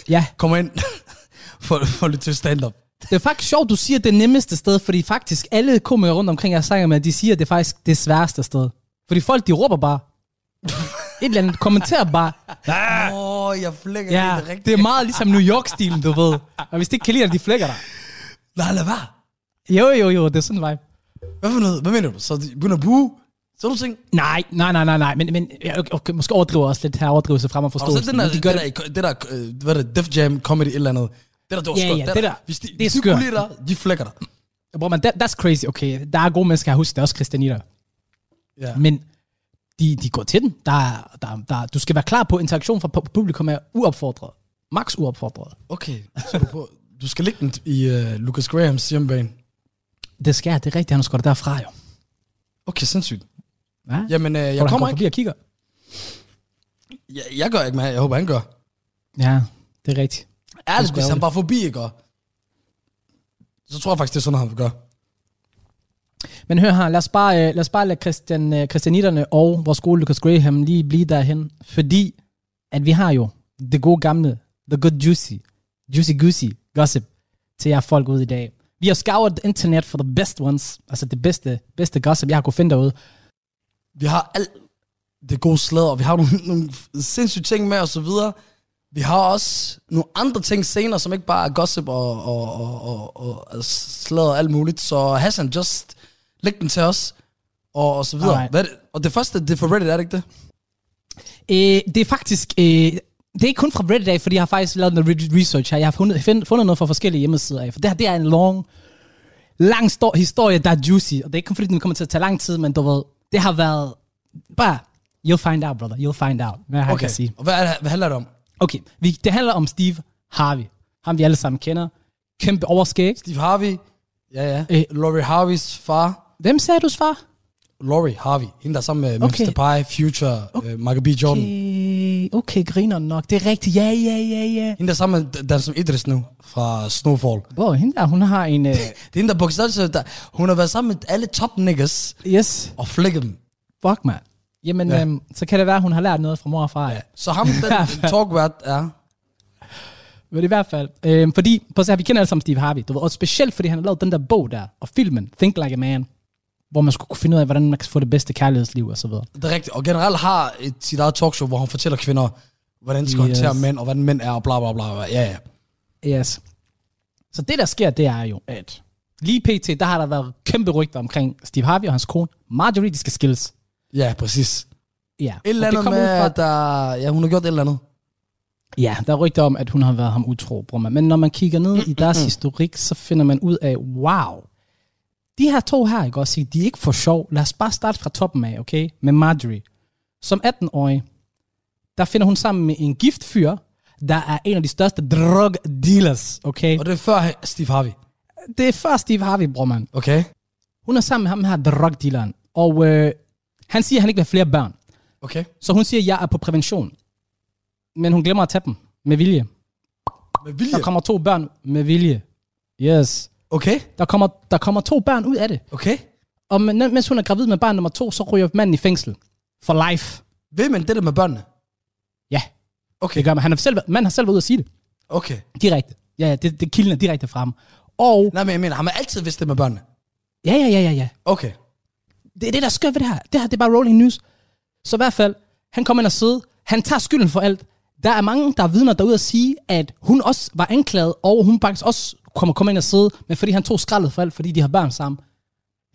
Speaker 1: Ja,
Speaker 7: [laughs] kommer ind for, for lidt til stand-up.
Speaker 1: det er faktisk sjovt, du siger det nemmeste sted, fordi faktisk alle komikere rundt omkring, jeg snakker med, de siger, at det er faktisk det sværeste sted. Fordi folk, de råber bare. Et eller andet kommenterer bare.
Speaker 7: Åh, oh, jeg flækker
Speaker 1: Ah. Ja,
Speaker 7: det rigtigt.
Speaker 1: det er meget ligesom New York-stilen, du ved. Og hvis de ikke kan lide, at de flækker dig.
Speaker 7: Nej, lad være.
Speaker 1: Jo, jo, jo, det er sådan en vibe.
Speaker 7: Hvad, for noget? hvad mener du? Så de begynder at buge? Så du tænker,
Speaker 1: Nej, nej, nej, nej, nej. Men, men ja, okay, okay, måske overdriver jeg også lidt her, overdriver sig frem og
Speaker 7: har du
Speaker 1: forstår.
Speaker 7: set den der, det, der, det der, øh, hvad er det, Def Jam Comedy et eller andet? Det der, det var
Speaker 1: Ja,
Speaker 7: skørt.
Speaker 1: ja, det der,
Speaker 7: hvis de,
Speaker 1: det er
Speaker 7: hvis de
Speaker 1: skørt.
Speaker 7: kunne lide dig, de flækker dig.
Speaker 1: Bro, man, that, that's crazy. Okay, der er gode mennesker, jeg husker, der er også Christianita.
Speaker 7: Ja.
Speaker 1: Men de, de går til den. Der, er- der, er- der, er- du skal være klar på, at interaktion fra pu- publikum er uopfordret. Max uopfordret.
Speaker 7: Okay, så er du på. Du skal lægge den i uh, Lucas Grahams hjemmebane.
Speaker 1: Det skal jeg, det er rigtigt. Han er sgu da derfra, jo.
Speaker 7: Okay, sindssygt.
Speaker 1: Ja? Tror
Speaker 7: Jamen, uh,
Speaker 1: du,
Speaker 7: jeg
Speaker 1: han går
Speaker 7: kommer ikke.
Speaker 1: forbi og kigger.
Speaker 7: Jeg, jeg gør ikke med, jeg håber, han gør.
Speaker 1: Ja, det er rigtigt.
Speaker 7: Ærligt,
Speaker 1: sgu
Speaker 7: hvis han
Speaker 1: ærgerligt.
Speaker 7: bare forbi, ikke? Og- Så tror jeg faktisk, det er sådan, han vil gøre.
Speaker 1: Men hør her, lad os bare, øh, lad os bare lade Christian, øh, Christianitterne og vores gode Lucas Graham lige blive derhen. Fordi at vi har jo det gode gamle, the good juicy, juicy goosey gossip til jer folk ude i dag. Vi har scoured internet for the best ones, altså det bedste, bedste gossip, jeg har kunne finde derude.
Speaker 7: Vi har alt det gode sladder, og vi har nogle, [laughs] nogle sindssyge ting med, og så videre. Vi har også nogle andre ting senere, som ikke bare er gossip og, og, og, og, og, og sladder og alt muligt. Så Hassan, just læg den til os, og, og så videre.
Speaker 1: Alright.
Speaker 7: Hvad er det? Og det første, det er for Reddit, er det ikke det?
Speaker 1: Øh, det er faktisk... Øh, det er ikke kun fra Reddit af, fordi jeg har faktisk lavet noget re- research her. Jeg har fundet, find, fundet noget fra forskellige hjemmesider af. For det her, det er en long, lang stor, historie, der er juicy. Og det er ikke kun fordi, den kommer til at tage lang tid, men du ved, det har været... Bare, you'll find out, brother. You'll find out. Hvad okay. kan sige.
Speaker 7: Og hvad, er det, hvad handler det om?
Speaker 1: Okay, vi, det handler om Steve Harvey. Ham vi alle sammen kender. Kæmpe overskæg.
Speaker 7: Steve Harvey. Ja, ja.
Speaker 1: Øh.
Speaker 7: Øh. Laurie Harveys far.
Speaker 1: Hvem sagde du, far?
Speaker 7: Laurie Harvey. Hende, der er sammen med okay. Memphis Depay, Future, okay. øh, Michael B. Jordan. Okay.
Speaker 1: Okay, okay griner nok. Det er rigtigt. Ja, ja, ja, ja.
Speaker 7: Hende, der er sammen med d- den som Idris nu, fra Snowfall.
Speaker 1: Wow, hende der, hun har en... Uh,
Speaker 7: Det er hende, der bogstaveligt der. Hun har været sammen med alle top niggas
Speaker 1: [laughs] yes.
Speaker 7: og flækket dem.
Speaker 1: Fuck, mand. Jamen, ja.
Speaker 7: Ja.
Speaker 1: øhm, så kan det være, hun har lært noget fra mor og far. Ja.
Speaker 7: Så
Speaker 1: [laughs]
Speaker 7: ham, den talkvært er...
Speaker 1: Men i hvert fald. Øhm, fordi, på her, vi kender alle sammen Steve Harvey. Du ved, og specielt fordi han har lavet den der bog der, og filmen, Think Like a Man, hvor man skulle kunne finde ud af, hvordan man kan få det bedste kærlighedsliv og så videre.
Speaker 7: Det er rigtigt. Og generelt har et, sit eget talkshow, hvor hun fortæller kvinder, hvordan de skal
Speaker 1: Yes.
Speaker 7: yes. håndtere mænd, og hvordan mænd er, og bla bla bla. bla. Ja, ja.
Speaker 1: Yes. Så det, der sker, det er jo, at lige pt, der har der været kæmpe rygter omkring Steve Harvey og hans kone. Marjorie, de skal skilles.
Speaker 7: Ja, præcis.
Speaker 1: Ja.
Speaker 7: Et eller
Speaker 1: og det
Speaker 7: andet
Speaker 1: kom
Speaker 7: med,
Speaker 1: ud fra-
Speaker 7: at der, ja, hun har gjort et eller andet.
Speaker 1: Ja, der er rygter om, at hun har været ham utro, bror mand. Men når man kigger ned i deres historik, så finder man ud af, wow, de her to her, ikke også, de er ikke for sjov. Lad os bare starte fra toppen af, okay? Med Marjorie. Som 18-årig, der finder hun sammen med en gift fyr, der er en af de største drug dealers, okay?
Speaker 7: Og det er før Steve Harvey.
Speaker 1: Det er før Steve Harvey, bror mand.
Speaker 7: Okay?
Speaker 1: Hun er sammen med ham her drug dealeren, og øh, han siger, at han ikke vil have flere børn.
Speaker 7: Okay.
Speaker 1: Så hun siger, at jeg er på prævention. Men hun glemmer at tage dem med vilje. Der
Speaker 7: Med vilje.
Speaker 1: kommer to børn med vilje. Yes.
Speaker 7: Okay?
Speaker 1: Der kommer, der kommer to børn ud af det.
Speaker 7: Okay?
Speaker 1: Og men- mens hun er gravid med barn nummer to, så ryger manden i fængsel. For life.
Speaker 7: Ved man det der med børnene?
Speaker 1: Ja,
Speaker 7: Okay.
Speaker 1: det gør man. Han har selv, manden har selv været ude at sige det.
Speaker 7: Okay.
Speaker 1: Direkte. Ja, ja, det, det kilden er direkte frem. Og,
Speaker 7: Nej, men jeg mener, har man altid vidst det med børnene?
Speaker 1: ja, ja, ja, ja, ja.
Speaker 7: Okay.
Speaker 1: Det er det, der sker ved det her. Det her, det er bare rolling news. Så i hvert fald, han kommer ind og sidder. Han tager skylden for alt. Der er mange, der er vidner derude og sige, at hun også var anklaget, og hun faktisk også kommer komme ind og sidde, men fordi han tog skraldet for alt, fordi de har børn sammen,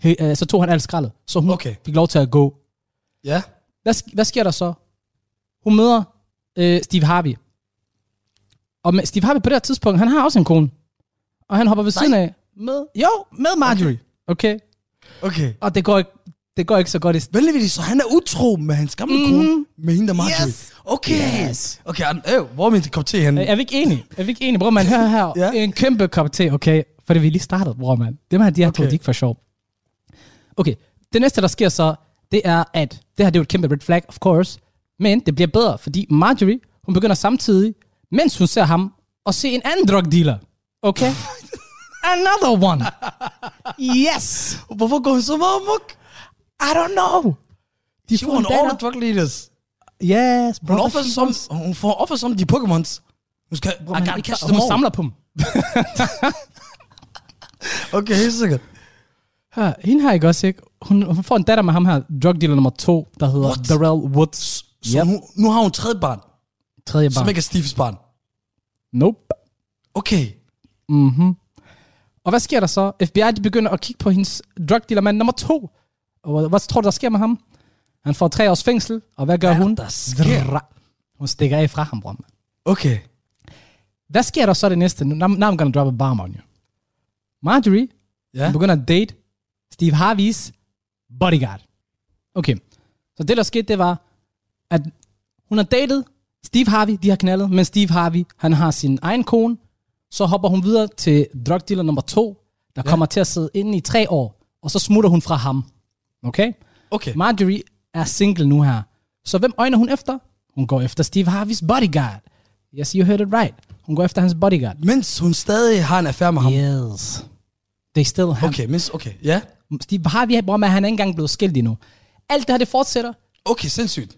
Speaker 1: he, øh, så tog han alt skraldet. Så hun okay.
Speaker 7: Okay.
Speaker 1: fik lov til at gå.
Speaker 7: Ja.
Speaker 1: Hvad, sk- hvad sker der så? Hun møder øh, Steve Harvey. Og med Steve Harvey på det her tidspunkt, han har også en kone. Og han hopper ved siden af med, jo, med Marjorie. Okay. okay.
Speaker 7: Okay.
Speaker 1: Og det går ikke, det går ikke så godt i
Speaker 7: Vældigvis, så han er utro med hans gamle mm. kone, med hende der Marjorie.
Speaker 1: Mhm. Yes.
Speaker 7: Okay.
Speaker 1: Yes. Øh,
Speaker 7: Okay, og, øh, hvor er min kop te henne?
Speaker 1: Er vi ikke enige? Er vi ikke enige, bror man? Hør her. ja.
Speaker 7: Ja.
Speaker 1: En kæmpe kop te, okay? For det vi lige startede, bror man. Dem her, de her okay. to, de
Speaker 7: Okay.
Speaker 1: er ikke for sjov. Okay, det næste, der sker så, det er, at det her, det er jo et kæmpe red flag, of course. Men det bliver bedre, fordi Marjorie, hun begynder samtidig, mens hun ser ham, at se en anden drug dealer. [laughs] Okay? Another one. Yes.
Speaker 7: Hvorfor går hun så meget amok?
Speaker 1: I don't know. De
Speaker 7: Jo,
Speaker 1: får en
Speaker 7: hun er all
Speaker 1: datter.
Speaker 7: the drug leaders.
Speaker 1: Yes, bro.
Speaker 7: Hun opfører sig som, hun får opfører sig som de Pokémons. Hun skal, Ah, I
Speaker 1: Man,
Speaker 7: gotta catch them
Speaker 1: hun
Speaker 7: all.
Speaker 1: samler på dem.
Speaker 7: Okay, helt sikkert.
Speaker 1: Hør, hende her, ikke også, ikke? Hun, hun får en datter med ham her, drug dealer nummer to, der hedder What?
Speaker 7: What?
Speaker 1: Darrell Woods.
Speaker 7: Så
Speaker 1: Yep.
Speaker 7: nu, nu har hun et tredje barn, barn,
Speaker 1: Tredje
Speaker 7: som
Speaker 1: barn.
Speaker 7: ikke er Steves barn.
Speaker 1: Nope.
Speaker 7: Okay.
Speaker 1: Mm-hmm. Og hvad sker der så? FBI de begynder at kigge på hendes drug dealer mand nummer to. Og hvad, hvad tror du, der sker med ham? Han får tre års fængsel, og hvad gør
Speaker 7: Hvad er
Speaker 1: hun?
Speaker 7: der, der sker?
Speaker 1: Dra- Hun stikker af fra ham, bror. mand.
Speaker 7: Okay.
Speaker 1: Hvad sker der så det næste? Now, now I'm gonna drop a bomb on you. Marjorie,
Speaker 7: Ja.
Speaker 1: ja. begynder at date Steve Harveys bodyguard. Okay, så det der skete, det var, at hun har datet Steve Harvey, de har knaldet, men Steve Harvey, han har sin egen kone, så hopper hun videre til drug dealer nummer to, der ja. kommer til at sidde inde i tre år, og så smutter hun fra ham. Okay?
Speaker 7: Okay.
Speaker 1: Marjorie er single nu her. Så hvem øjner hun efter? Hun går efter Steve Harveys bodyguard. Yes, you heard it right. Hun går efter hans bodyguard.
Speaker 7: Mens hun stadig har en affære med ham.
Speaker 1: Yes. They still have
Speaker 7: Okay, mens, okay. Ja.
Speaker 1: Steve Harvey, bror, men han er ikke engang blevet skilt endnu. Alt det her, det fortsætter.
Speaker 7: Okay, sindssygt.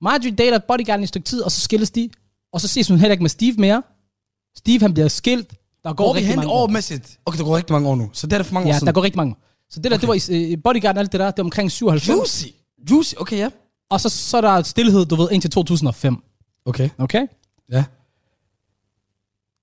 Speaker 1: Marjorie dater bodyguarden i et stykke tid, og så skilles de. Og så ses hun heller ikke med Steve mere. Steve, han bliver skilt. Der går,
Speaker 7: Går vi
Speaker 1: rigtig
Speaker 7: hen
Speaker 1: mange år.
Speaker 7: overmæssigt? Okay, der går rigtig mange år nu. Så det er det for mange
Speaker 1: Ja,
Speaker 7: år siden.
Speaker 1: der går rigtig mange år. Så det der, okay. det var i øh, bodyguarden og alt det der, det var omkring 97.
Speaker 7: Juicy. Juicy, okay, ja.
Speaker 1: Og så, så er der stillhed, du ved, indtil 2005.
Speaker 7: Okay.
Speaker 1: Okay?
Speaker 7: Ja.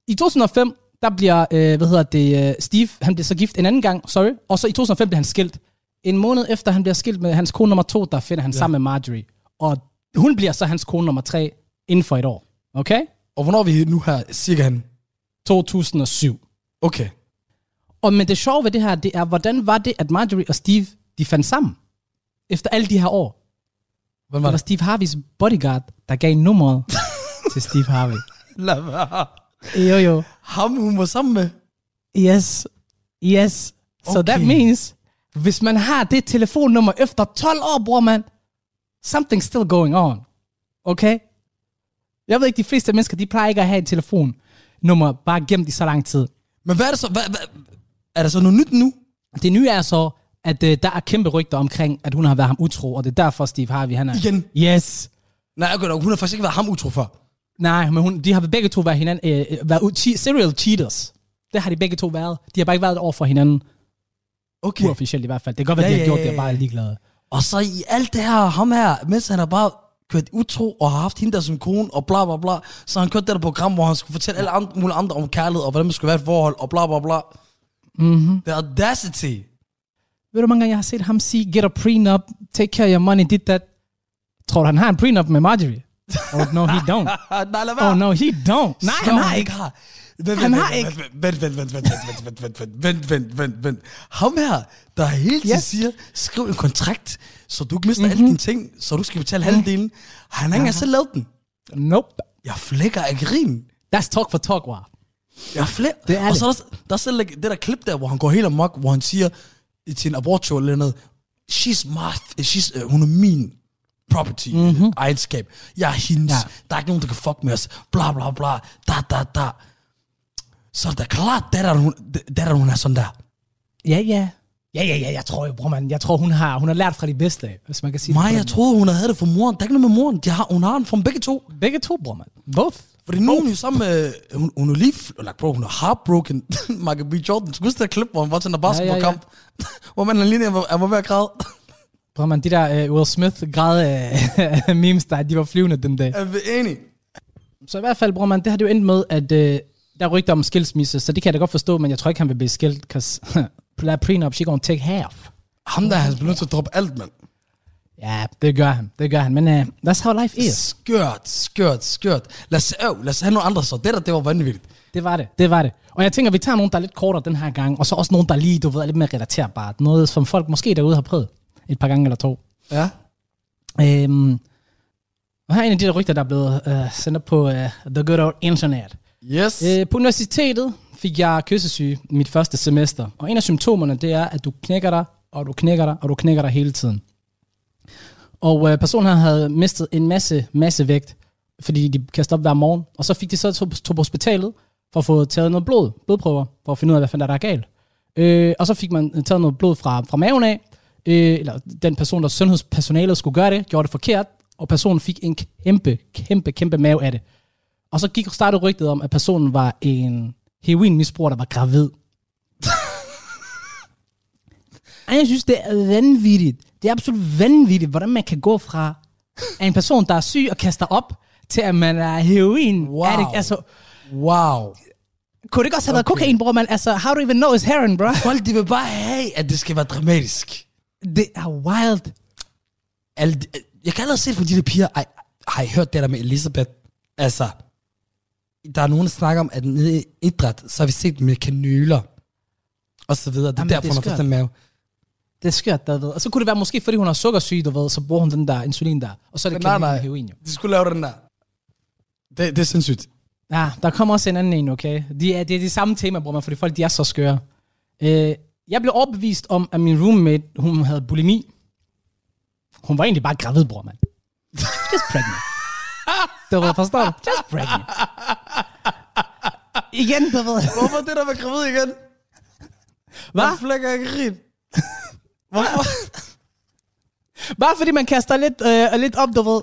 Speaker 1: I 2005, der bliver, øh, hvad hedder det, øh, Steve, han bliver så gift en anden gang, sorry. Og så i 2005 bliver han skilt. En måned efter han bliver skilt med hans kone nummer to, der finder han ja. sammen med Marjorie. Og hun bliver så hans kone nummer tre inden for et år. Okay?
Speaker 7: Og hvornår er vi nu her, cirka han?
Speaker 1: 2007.
Speaker 7: Okay.
Speaker 1: Og men det sjove ved det her, det er, hvordan var det, at Marjorie og Steve, de fandt sammen? Efter alle de her år.
Speaker 7: Hvem
Speaker 1: Det var Steve Harveys bodyguard, der gav [laughs] nummeret til Steve Harvey.
Speaker 7: Lad være.
Speaker 1: Jo, jo.
Speaker 7: Ham, hun var sammen med.
Speaker 1: Yes. Yes. Okay. So that
Speaker 7: Okay.
Speaker 1: means, hvis man har det telefonnummer efter 12 år, bror mand, something's still going on. Okay? Jeg ved ikke, de fleste mennesker, de plejer ikke at have et telefonnummer bare gemt i så lang tid.
Speaker 7: Men hvad er det så? Hvad, hvad, er der så noget nyt nu?
Speaker 1: Det nye er så, at øh, der er kæmpe rygter omkring, at hun har været ham utro, og det er derfor Steve Harvey, han er...
Speaker 7: Igen?
Speaker 1: Yes.
Speaker 7: Nej, okay, dog, hun har faktisk ikke været ham utro før.
Speaker 1: Nej, men hun, de har begge to været, hinanden, øh, øh, været u- che- serial cheaters. Det har de begge to været. De har bare ikke været over for hinanden,
Speaker 7: Okay.
Speaker 1: uofficielt i hvert fald. Det kan godt være, ja,
Speaker 7: Ja,
Speaker 1: de har
Speaker 7: ja,
Speaker 1: gjort
Speaker 7: ja,
Speaker 1: det, og
Speaker 7: ja.
Speaker 1: bare er ligeglade.
Speaker 7: Og så i alt det her, ham her, mens han er bare kørt utro og har haft hende der som kone og bla bla bla. Så han kørte det der program, hvor han skulle fortælle alle andre, mulige andre om kærlighed og hvordan man skulle være i et forhold og bla bla bla. Mm-hmm. The audacity.
Speaker 1: Ved du, hvor mange gange jeg har set ham sige, get a prenup, take care of your money, dit that. Tror du, han har en prenup med [laughs] Marjorie? Oh, no, he don't.
Speaker 7: [laughs] Nej, lad være.
Speaker 1: Oh, no, he don't. Nej, han har ikke.
Speaker 7: Har. Vent,
Speaker 1: Han
Speaker 7: vent,
Speaker 1: har
Speaker 7: vent,
Speaker 1: ikke.
Speaker 7: Vent, vent, vent, vent, vent, vent, vent, vent, vent, vent, vent, vent. Ham her, der hele tiden
Speaker 1: Yes. Mm-hmm.
Speaker 7: siger, skriv en kontrakt, så du ikke mister alle dine ting, så du skal
Speaker 1: Mm.
Speaker 7: betale halvdelen. Han har ikke engang selv lavet den.
Speaker 1: Nope.
Speaker 7: Jeg flækker af grin.
Speaker 1: That's talk for talk, war.
Speaker 7: Jeg flækker.
Speaker 1: Det er
Speaker 7: og så er der, der er selv det der klip der, hvor han går helt amok, hvor han siger til en abortjord eller noget, she's my, she's, uh, hun er min property, mm-hmm. egenskab. Jeg er hendes. Ja.
Speaker 1: Mhm. Ja.
Speaker 7: Der er ikke nogen, der kan fuck med os. Bla, bla, bla. Da, da, da. Så er det da klart, datteren, hun, datteren, hun er sådan der.
Speaker 1: Ja, ja. Ja, ja, ja, jeg tror jo, bror, man. Jeg tror, hun har, hun har lært fra de bedste, hvis man kan sige
Speaker 7: Maja,
Speaker 1: det. på
Speaker 7: jeg
Speaker 1: den
Speaker 7: troede, hun havde det fra moren. Der er ikke noget med moren. De har, hun har den fra dem begge to.
Speaker 1: måde. Begge to, bror, man. Both.
Speaker 7: Fordi nu er hun jo sammen med... øh, Hun, hun er lige... fl- Eller bro, hun er heartbroken. [laughs] Michael B. Jordan. Skal du huske det klip, hvor han var til en basketballkamp? [laughs] Ja, ja, ja. hvor man alene er, er ved at græde.
Speaker 1: Bror, man, de der uh, Will Smith-græde uh, [laughs] memes, der de var flyvende den dag.
Speaker 7: [laughs] Er vi enige?
Speaker 1: Så i hvert fald, bror, man, det har det jo endt med, at øh, der er rygter om skilsmisse, så det kan jeg da godt forstå, men jeg tror ikke, han vil blive skilt, because [laughs] that prenup, she gonna take half.
Speaker 7: Ham der, han bliver nødt til at droppe alt, mand.
Speaker 1: Ja, det gør han, det gør han, men uh, that's how life is.
Speaker 7: Skørt, skørt, skørt. Lad os, øh, lad os have nogle andre så. Det der, det var vanvittigt.
Speaker 1: Det var det, det var det. Og jeg tænker, vi tager nogen, der er lidt kortere den her gang, og så også nogen, der lige, du ved, er lidt mere relaterbart. Noget, som folk måske derude har prøvet et par gange eller to.
Speaker 7: Ja.
Speaker 1: Øhm, og her er en af de der rygter, der er blevet øh, sendt op på øh, The Good Old Internet.
Speaker 7: Yes.
Speaker 1: Øh, på universitetet fik jeg kyssesyge mit første semester, og en af symptomerne, det er, at du knækker dig, og du knækker dig, og du knækker dig hele tiden. Og øh, personen her havde mistet en masse, masse vægt, fordi de kastede op hver morgen, og så fik de så tog, tog på hospitalet for at få taget noget blod, blodprøver, for at finde ud af, hvad fanden der er, der er galt. Øh, og så fik man øh, taget noget blod fra, fra maven af, øh, eller den person, der sundhedspersonalet skulle gøre det, gjorde det forkert, og personen fik en kæmpe, kæmpe, kæmpe mave af det. Og så gik startede rygtet om, at personen var en heroinmisbruger, der var gravid. Ej, jeg synes, det er vanvittigt. Det er absolut vanvittigt, hvordan man kan gå fra at en person, der er syg og kaster op, til at man er heroin.
Speaker 7: Wow.
Speaker 1: Er det, altså,
Speaker 7: Wow.
Speaker 1: kunne det ikke også have været kokain, bror? Man, altså, how do you even know it's heroin, bro?
Speaker 7: Folk, de vil bare have, at det skal være dramatisk.
Speaker 1: Det er wild.
Speaker 7: Alle, de- jeg kan allerede se på de der piger. Ej, har I hørt det der med Elisabeth? Altså, der er nogen, der snakker om, at nede i idræt, så har vi set dem med kanyler. Og så videre. Det er
Speaker 1: Jamen, det
Speaker 7: Jamen, derfor,
Speaker 1: er
Speaker 7: hun har
Speaker 1: skørt.
Speaker 7: fået den mave.
Speaker 1: Det er skørt, der ved. Og så kunne det være måske, fordi hun har sukkersyge, du ved, så bruger hun den der insulin der. Og så er det
Speaker 7: Men nej,
Speaker 1: kanyl
Speaker 7: nej.
Speaker 1: med heroin, jo.
Speaker 7: De skulle lave den der. Det, det er sindssygt.
Speaker 1: Ja, der kommer også en anden en, okay? De er, det er de samme tema, bror man, fordi folk de er så skøre. Øh, jeg blev overbevist om, at min roommate, hun havde bulimi. Hun var egentlig bare gravid, bror
Speaker 7: [laughs]
Speaker 1: man. Just pregnant. Du ved, forstår du? Just pregnant. Igen, du ved.
Speaker 7: Hvorfor er det der med gravid igen?
Speaker 1: Hva?
Speaker 7: flækker jeg
Speaker 1: [laughs]
Speaker 7: grin? Hvorfor?
Speaker 1: Bare fordi man kaster lidt, øh, lidt op, du ved.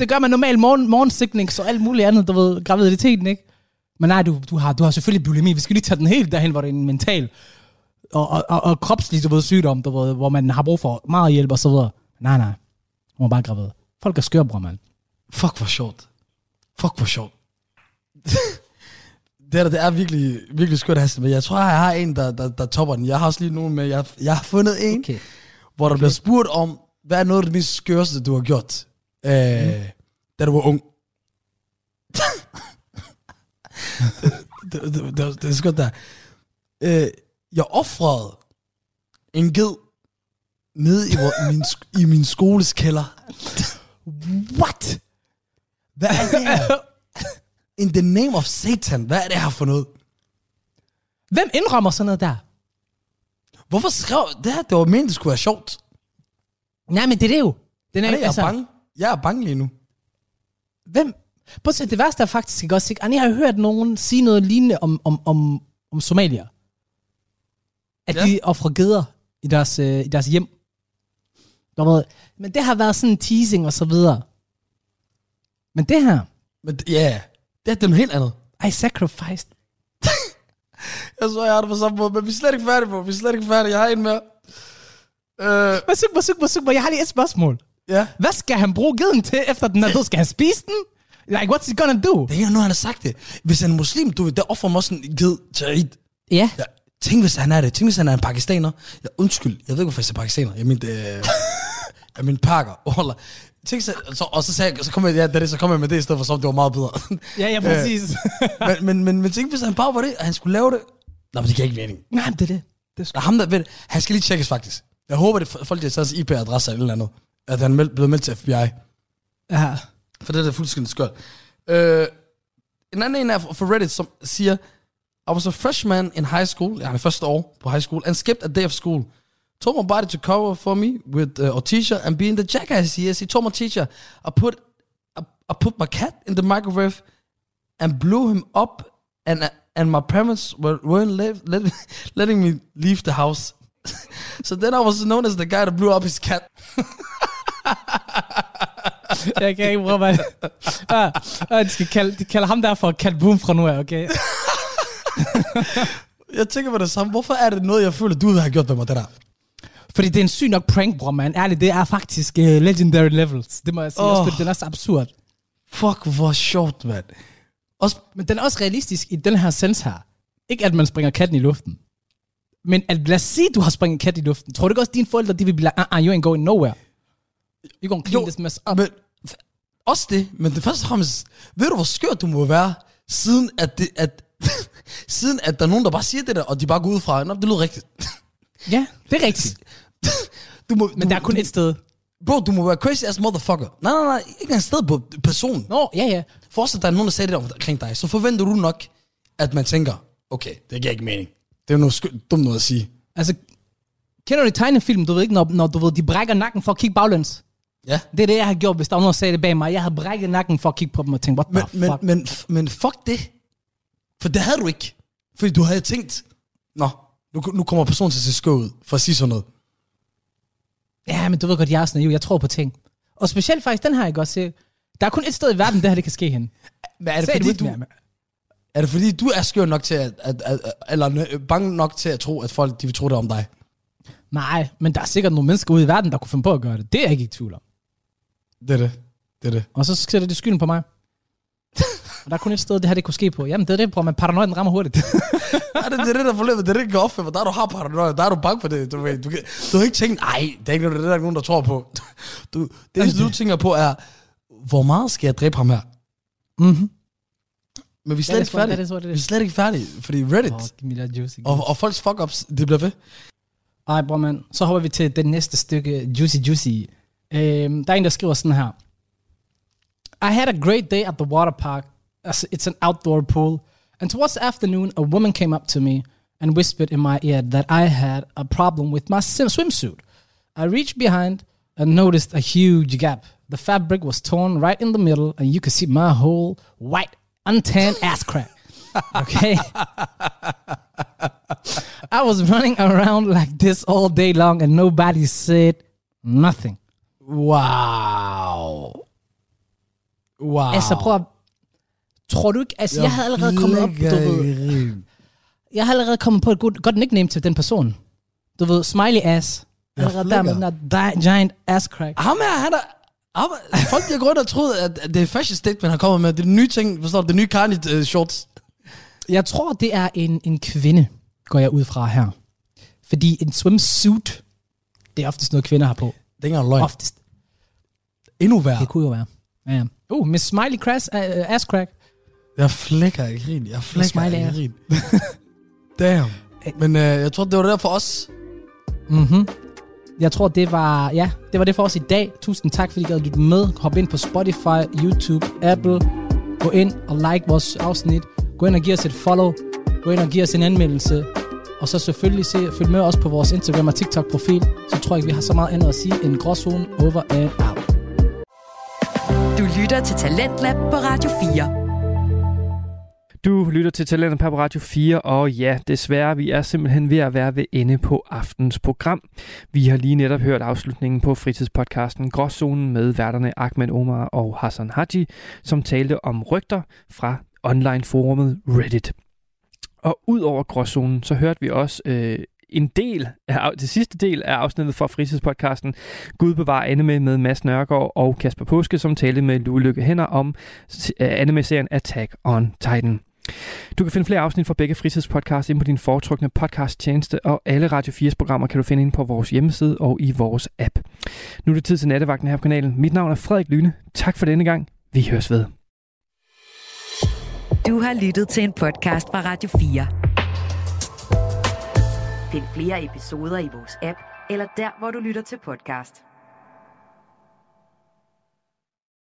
Speaker 1: Det gør man normalt morgen, morgensikning, så alt muligt andet, du ved, graviditeten, ikke? Men nej, du, du, har, du har selvfølgelig bulimi. Vi skal lige tage den helt derhen, hvor det er en mental og, og, og, og kropslig, du ved, sygdom, du ved, hvor man har brug for meget hjælp og så videre. Nej, nej. Hun er bare gravid. Folk er skøre, bror, mand.
Speaker 7: Fuck, hvor sjovt. Fuck, hvor sjovt. det, der, det er virkelig, virkelig skørt at have sådan med. Jeg tror, jeg har en, der, der, der topper den. Jeg har også lige nogen med. Jeg, jeg har fundet en, okay.
Speaker 1: Okay.
Speaker 7: hvor der bliver spurgt om, hvad er noget af det mest skørste, du har gjort, øh,
Speaker 1: Mm.
Speaker 7: da du var
Speaker 1: [laughs]
Speaker 7: ung? det, det, det, det, det er skørt der. Øh, jeg offrede en ged nede i, vor, min, sk- i min skoles kælder. What? Hvad er det her? In the name of Satan, hvad er det her for noget?
Speaker 1: Hvem indrømmer sådan noget der?
Speaker 7: Hvorfor skrev det her? Det var meningen, det skulle være sjovt.
Speaker 1: Nej, men det er det jo. Den
Speaker 7: Ej, jeg er bange. Jeg er bange lige nu.
Speaker 1: Hvem? Prøv at se, det værste er faktisk ikke også, ikke? Ej, jeg har hørt nogen sige noget lignende om, om, om, om somalier. At ja. de offrer geder i deres, øh, i deres hjem. Du ved, men det har været sådan en teasing og så videre. Men det her,
Speaker 7: Men d- ja, yeah. det, er- det er noget helt andet.
Speaker 1: I sacrificed.
Speaker 7: Jeg så, jeg har det på samme måde, men vi er slet ikke færdige på. Vi er slet ikke færdige. Jeg har en mere. Øh,
Speaker 1: Masuk, masuk, masuk, jeg har lige et spørgsmål.
Speaker 7: Ja.
Speaker 1: Hvad skal han bruge geden til, efter den er død? Skal han spise den? Like, what's he gonna do?
Speaker 7: Det er ikke nu, han har sagt det. Hvis han er muslim, du ved, der offrer man også en ged til Eid.
Speaker 1: Ja.
Speaker 7: Ja, tænk, hvis han er det. Tænk, hvis han er en pakistaner. Ja, undskyld, jeg ved ikke, hvorfor jeg siger pakistaner. Jeg mente,
Speaker 1: [laughs]
Speaker 7: øh, jeg mente pakker. Wallah. Tænk, så, så, og så, sagde jeg, så kom jeg, ja, det er det, så kom jeg med det, i stedet for som om det var meget bedre. [laughs]
Speaker 1: Ja, ja, præcis.
Speaker 7: Øh, men, men, men, men tænk, hvis han bare var det, og han skulle lave det. Nej, men det giver ikke mening.
Speaker 1: Nej, men det er det. det er sgu...
Speaker 7: Der er ham, der, ved, han skal lige tjekkes, faktisk. Jeg håber, det er folk, der har taget hans IP-adresse eller et eller andet. At han er meld- blevet meldt til FBI.
Speaker 1: Ja.
Speaker 7: For det er da fuldstændig skørt. Øh, en anden en er fra fra Reddit, som siger, I was a freshman in high school, ja, det første år på high school, and skipped a day of school. Told my body to cover for me with uh, a teacher and being the jackass he is. He told my teacher, I put, I, I put my cat in the microwave and blew him up and and my parents were, weren't live, let, letting me leave the house. [laughs] so then I was known as the guy that blew up his
Speaker 1: [laughs]
Speaker 7: cat.
Speaker 1: Jeg kan ikke bruge mig. Ja, ja, Ah, de, skal kalde, de kalder ham der for Cat Boom fra nu af, okay?
Speaker 7: [laughs] Jeg tænker på det samme. Hvorfor er det noget, jeg føler, du har gjort ved mig, det der?
Speaker 1: Fordi det er en syg nok prank, bror, man. Ærligt, det er faktisk uh, legendary levels. Det må jeg sige. Oh. Også,
Speaker 7: Åh.
Speaker 1: fordi den er så absurd.
Speaker 7: Fuck, hvor sjovt, mand.
Speaker 1: Også, men den er også realistisk i den her sens her. Ikke at man springer katten i luften. Men at, lad os sige, at du har springet kat i luften. Tror du ikke også, at dine forældre de vil blive like, uh, uh, you ain't going nowhere. You gonna clean
Speaker 7: Jo,
Speaker 1: this mess up.
Speaker 7: Ah, Men, f- også det, men det første og fremmest, ved du, hvor skørt du må være, siden at, det, at, [laughs] siden at der er nogen, der bare siger det der, og de bare går ud fra, Nå, det lyder rigtigt.
Speaker 1: Ja, det er rigtigt.
Speaker 7: [laughs] Du må,
Speaker 1: Men
Speaker 7: du,
Speaker 1: der er kun
Speaker 7: du,
Speaker 1: et sted.
Speaker 7: Bro, du må være crazy as motherfucker. Nej, nej, nej, ikke engang sted på personen.
Speaker 1: Nå, ja, ja.
Speaker 7: Forestil dig, at der er nogen, der sagde det om- omkring dig, så forventer du nok, at man tænker, okay, det giver ikke mening. Det er jo noget skø- dumt noget at sige.
Speaker 1: Altså, kender du i tegnefilm, du ved ikke, når, når du ved, de brækker nakken for at kigge baglæns?
Speaker 7: Ja.
Speaker 1: Det er det, jeg har gjort, hvis der var nogen, der sagde det bag mig. Jeg har brækket nakken for at kigge på dem og tænke, what
Speaker 7: Men,
Speaker 1: the
Speaker 7: men,
Speaker 1: fuck?
Speaker 7: men, f- men Ah, fuck det. For det havde du ikke. Fordi du havde tænkt, nå, nu, nu kommer personen til at se skøv ud, for at sige sådan noget.
Speaker 1: Ja, men du ved godt, jeg er sådan naiv. Jeg tror på ting. Og specielt faktisk den her, jeg godt se. Der er kun et sted i verden, det her det kan ske hen.
Speaker 7: Men er det, fordi, du, er det fordi, du er skør nok til at, at, at, at, eller øh, bange nok til at tro, at folk de vil tro det om dig?
Speaker 1: Nej, men der er sikkert nogle mennesker ude i verden, der kunne finde på at gøre det. Det er jeg ikke i tvivl om.
Speaker 7: Det er det. Det er det.
Speaker 1: Og så sætter de skylden på mig. [laughs] og der er kun et sted, det her det kunne ske på. Jamen, det er det, bror. Men paranoiden rammer hurtigt. [laughs]
Speaker 7: Er det, det er det, der er forløbet. Det er det, der går op for dig. Der er du har paranoia. Der er du bange for det. Du, ved, du, kan- du har ikke tænkt, nej, det er ikke noget, det er der ikke nogen, der tror på. [laughs] Du, det eneste, du tænker på er, hvor meget skal jeg dræbe ham her?
Speaker 1: Mhm.
Speaker 7: Men vi er
Speaker 1: Ja, det
Speaker 7: slet ikke
Speaker 1: tror jeg,
Speaker 7: færdige.
Speaker 1: det tror jeg, det er.
Speaker 7: Vi er slet ikke færdige, fordi Reddit
Speaker 1: Åh, give me that juicy.
Speaker 7: og, og folks fuck-ups, det bliver ved.
Speaker 1: Ej, bror mand. Så hopper vi til det næste stykke Juicy Juicy. Øhm, der er en, der skriver sådan her. I had a great day at the water park. As It's an outdoor pool. And towards the afternoon, a woman came up to me and whispered in my ear that I had a problem with my sim- swimsuit. I reached behind and noticed a huge gap. The fabric was torn right in the middle, and you could see my whole white, untanned ass crack. Okay. I was running around like this all day long and nobody said nothing.
Speaker 7: Wow. Wow.
Speaker 1: Oh. Altså prøv at... Tror du ikke, altså jeg, jeg havde allerede kommet op, du ved, jeg havde allerede kommet på et godt, godt nickname til den person. Du ved, smiley ass. Allerede der med den
Speaker 7: flækker.
Speaker 1: der di- giant ass crack.
Speaker 7: Ham her, han er... Ham, folk bliver gået og troet, at at det er fashion statement, han kommer med. Det er den nye ting, forstår du? Det er nye Kanye uh, shorts.
Speaker 1: Jeg tror, det er en, en kvinde, går jeg ud fra her. Fordi en swimsuit, det er oftest noget, kvinder har på.
Speaker 7: Det er ikke engang løgn.
Speaker 1: Oftest.
Speaker 7: Endnu værre.
Speaker 1: Det kunne jo være. Ja, ja. Uh, med smiley crash, uh, ass crack.
Speaker 7: Jeg flækker i grin. Jeg flækker
Speaker 1: Smiley
Speaker 7: i
Speaker 1: ass.
Speaker 7: grin. Damn. Men øh, jeg tror, det var det der for os.
Speaker 1: Mm-hmm. Jeg tror, det var, ja, det var det for os i dag. Tusind tak, fordi I gad lytte med. Hop ind på Spotify, YouTube, Apple. Gå ind og like vores afsnit. Gå ind og giv os et follow. Gå ind og giv os en anmeldelse. Og så selvfølgelig se, følg med os på vores Instagram og TikTok-profil. Så tror jeg ikke, vi har så meget andet at sige end gråzone over and out.
Speaker 2: Du lytter til Talentlab på Radio 4.
Speaker 3: Du lytter til Talentet på Radio 4, og ja, desværre, vi er simpelthen ved at være ved ende på aftens program. Vi har lige netop hørt afslutningen på fritidspodcasten Gråzonen med værterne Ahmed Omar og Hassan Haji, som talte om rygter fra online-forummet Reddit. Og ud over Gråzonen, så hørte vi også øh, en del af, det sidste del af afsnittet fra fritidspodcasten Gud bevarer anime med Mads Nørgaard og Kasper Påske, som talte med Lue Lykke Hænder om s- anime-serien Attack on Titan. Du kan finde flere afsnit fra begge fritidspodcasts inde på din foretrukne podcasttjeneste, og alle Radio 4's programmer kan du finde inde på vores hjemmeside og i vores app. Nu er det tid til nattevagten her på kanalen. Mit navn er Frederik Lyne. Tak for denne gang. Vi høres ved.
Speaker 2: Du har lyttet til en podcast fra Radio 4. Find flere episoder i vores app, eller der, hvor du lytter til podcast.